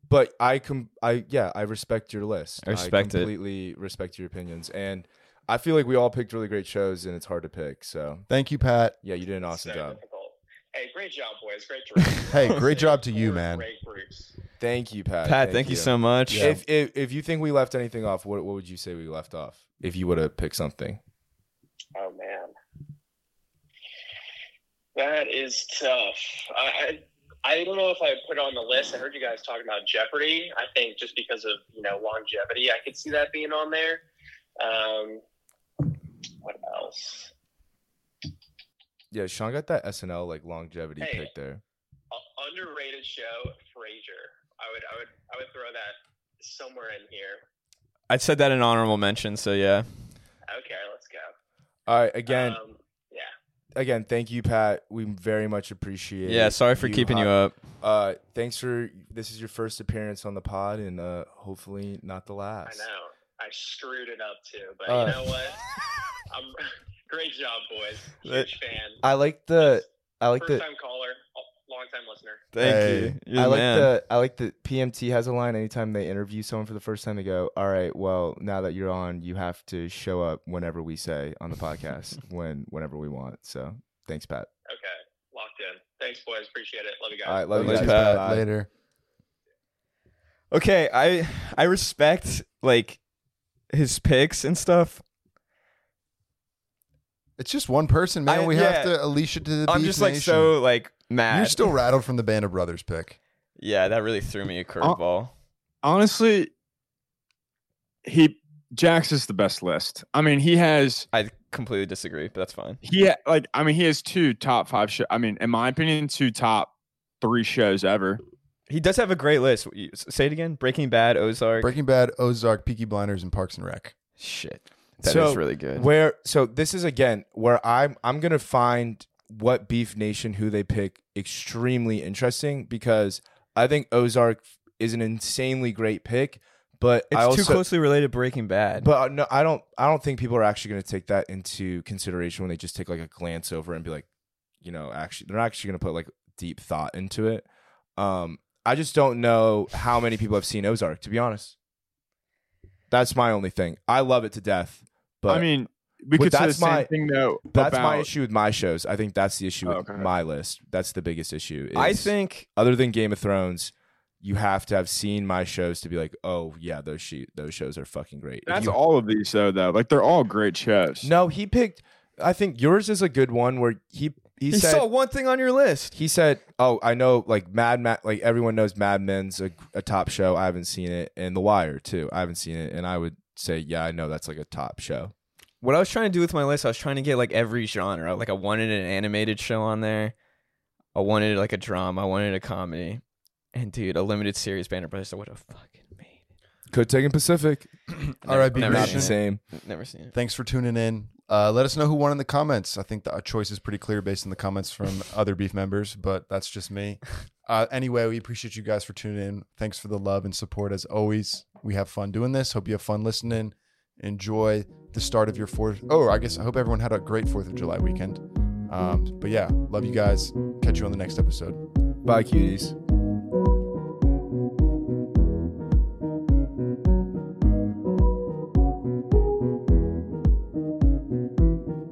but I com I yeah I respect your list.
I respect it.
completely respect your opinions, and I feel like we all picked really great shows, and it's hard to pick. So
Thank you, Pat.
yeah, you did an awesome
So
job.
difficult. Hey, great job, boys. Great job.
Hey, great job to you,
Four
man.
Great groups.
Thank you, Pat.
Pat, thank, you. so much.
If, if if you think we left anything off, what what would you say we left off? If you would have picked something,
Oh man, that is tough. I I I don't know if I put it on the list. I heard you guys talking about Jeopardy. I think just because of you know longevity, I could see that being on there. Um, what else?
yeah, Sean got that SNL like longevity
Hey.
pick there.
A underrated show, Frasier. I would I would I would throw that somewhere in here.
I said that in honorable mention, so yeah.
Okay, let's go.
All right, again,
um, yeah.
again, thank you, Pat. We very much appreciate.
Yeah, sorry for keeping you up.
Uh, thanks for this is your first appearance on the pod, and uh, hopefully not the
I
last.
know. I screwed it up too, but
Uh.
you know what? I'm great job, boys.
That-
Huge fan.
I like the I like
First
the
time caller, long time listener.
Thank
Hey.
you. You're
I
the
like
man.
the I like the PMT has a line anytime they interview someone for the first time. They go, "All right, well, now that you're on, you have to show up whenever we say on the podcast when whenever we want." So thanks, Pat.
Okay, locked in. Thanks, boys. Appreciate it. Love you guys.
All right, love you
Later,
guys.
Pat.
Bye.
Later.
Okay, I I respect like his picks and stuff.
It's just one person, man.
I-
we
yeah.
have to Alicia to the
I'm
Beef
just like
Nation.
so like mad.
You're still rattled from the Band of Brothers pick.
Yeah, that really threw me a curveball.
Honestly, he Jax is the best list. I mean, he has
I completely disagree, but that's fine.
he ha- like I mean he has two top five show. I mean, in my opinion, two top three shows ever.
He does have a great list. You- s- Say it again. Breaking Bad, Ozark.
Breaking Bad, Ozark, Peaky Blinders, and Parks and Rec.
Shit. that is
So,
really good.
Where so this is again where I'm I'm gonna find what Beef Nation who they pick extremely interesting because I think Ozark is an insanely great pick, but
it's
I
too
also
closely related to Breaking Bad.
but uh, no, I don't I don't think people are actually gonna take that into consideration when they just take like a glance over and be like, you know, actually they're not actually gonna put like deep thought into it. Um, I just don't know how many people have seen Ozark to be honest. That's my only thing. I love it to death, but
I mean, we
But
could say the
that's
same
my-
thing though.
that's
about-
my issue with my shows. I think that's the issue with
Okay.
my list. That's the biggest issue. is-
I think
other than Game of Thrones, you have to have seen my shows to be like, oh yeah, those she- those shows are fucking great. If
That's
you-
all of these though. Though, like they're all great shows.
No, he picked. I think yours is a good one where he he,
he,
said
saw one thing on your list.
he said, oh I know like Mad Ma- like everyone knows Mad Men's a, a top show. I haven't seen it, and The Wire too. I haven't seen it, and I would say yeah, I know that's like a top show.
What I was trying to do with my list, I was trying to get like every genre. Like I wanted an animated show on there. I wanted like a drama. I wanted a comedy. And dude, a limited series Banner Brothers. I would have fucking made.
Could take in Pacific,
it.
All right, be
never,
not
patient.
the
seen
same.
it. never seen it.
Thanks for tuning in. Uh, let us know who won in the comments. I think the our choice is pretty clear based on the comments from other beef members, but that's just me. Uh, anyway, we appreciate you guys for tuning in. Thanks for the love and support as always. We have fun doing this. Hope you have fun listening. Enjoy the start of your fourth. Oh, I guess I hope everyone had a great Fourth of July weekend. Um, but yeah, love you guys. Catch you on the next episode.
Bye, cuties.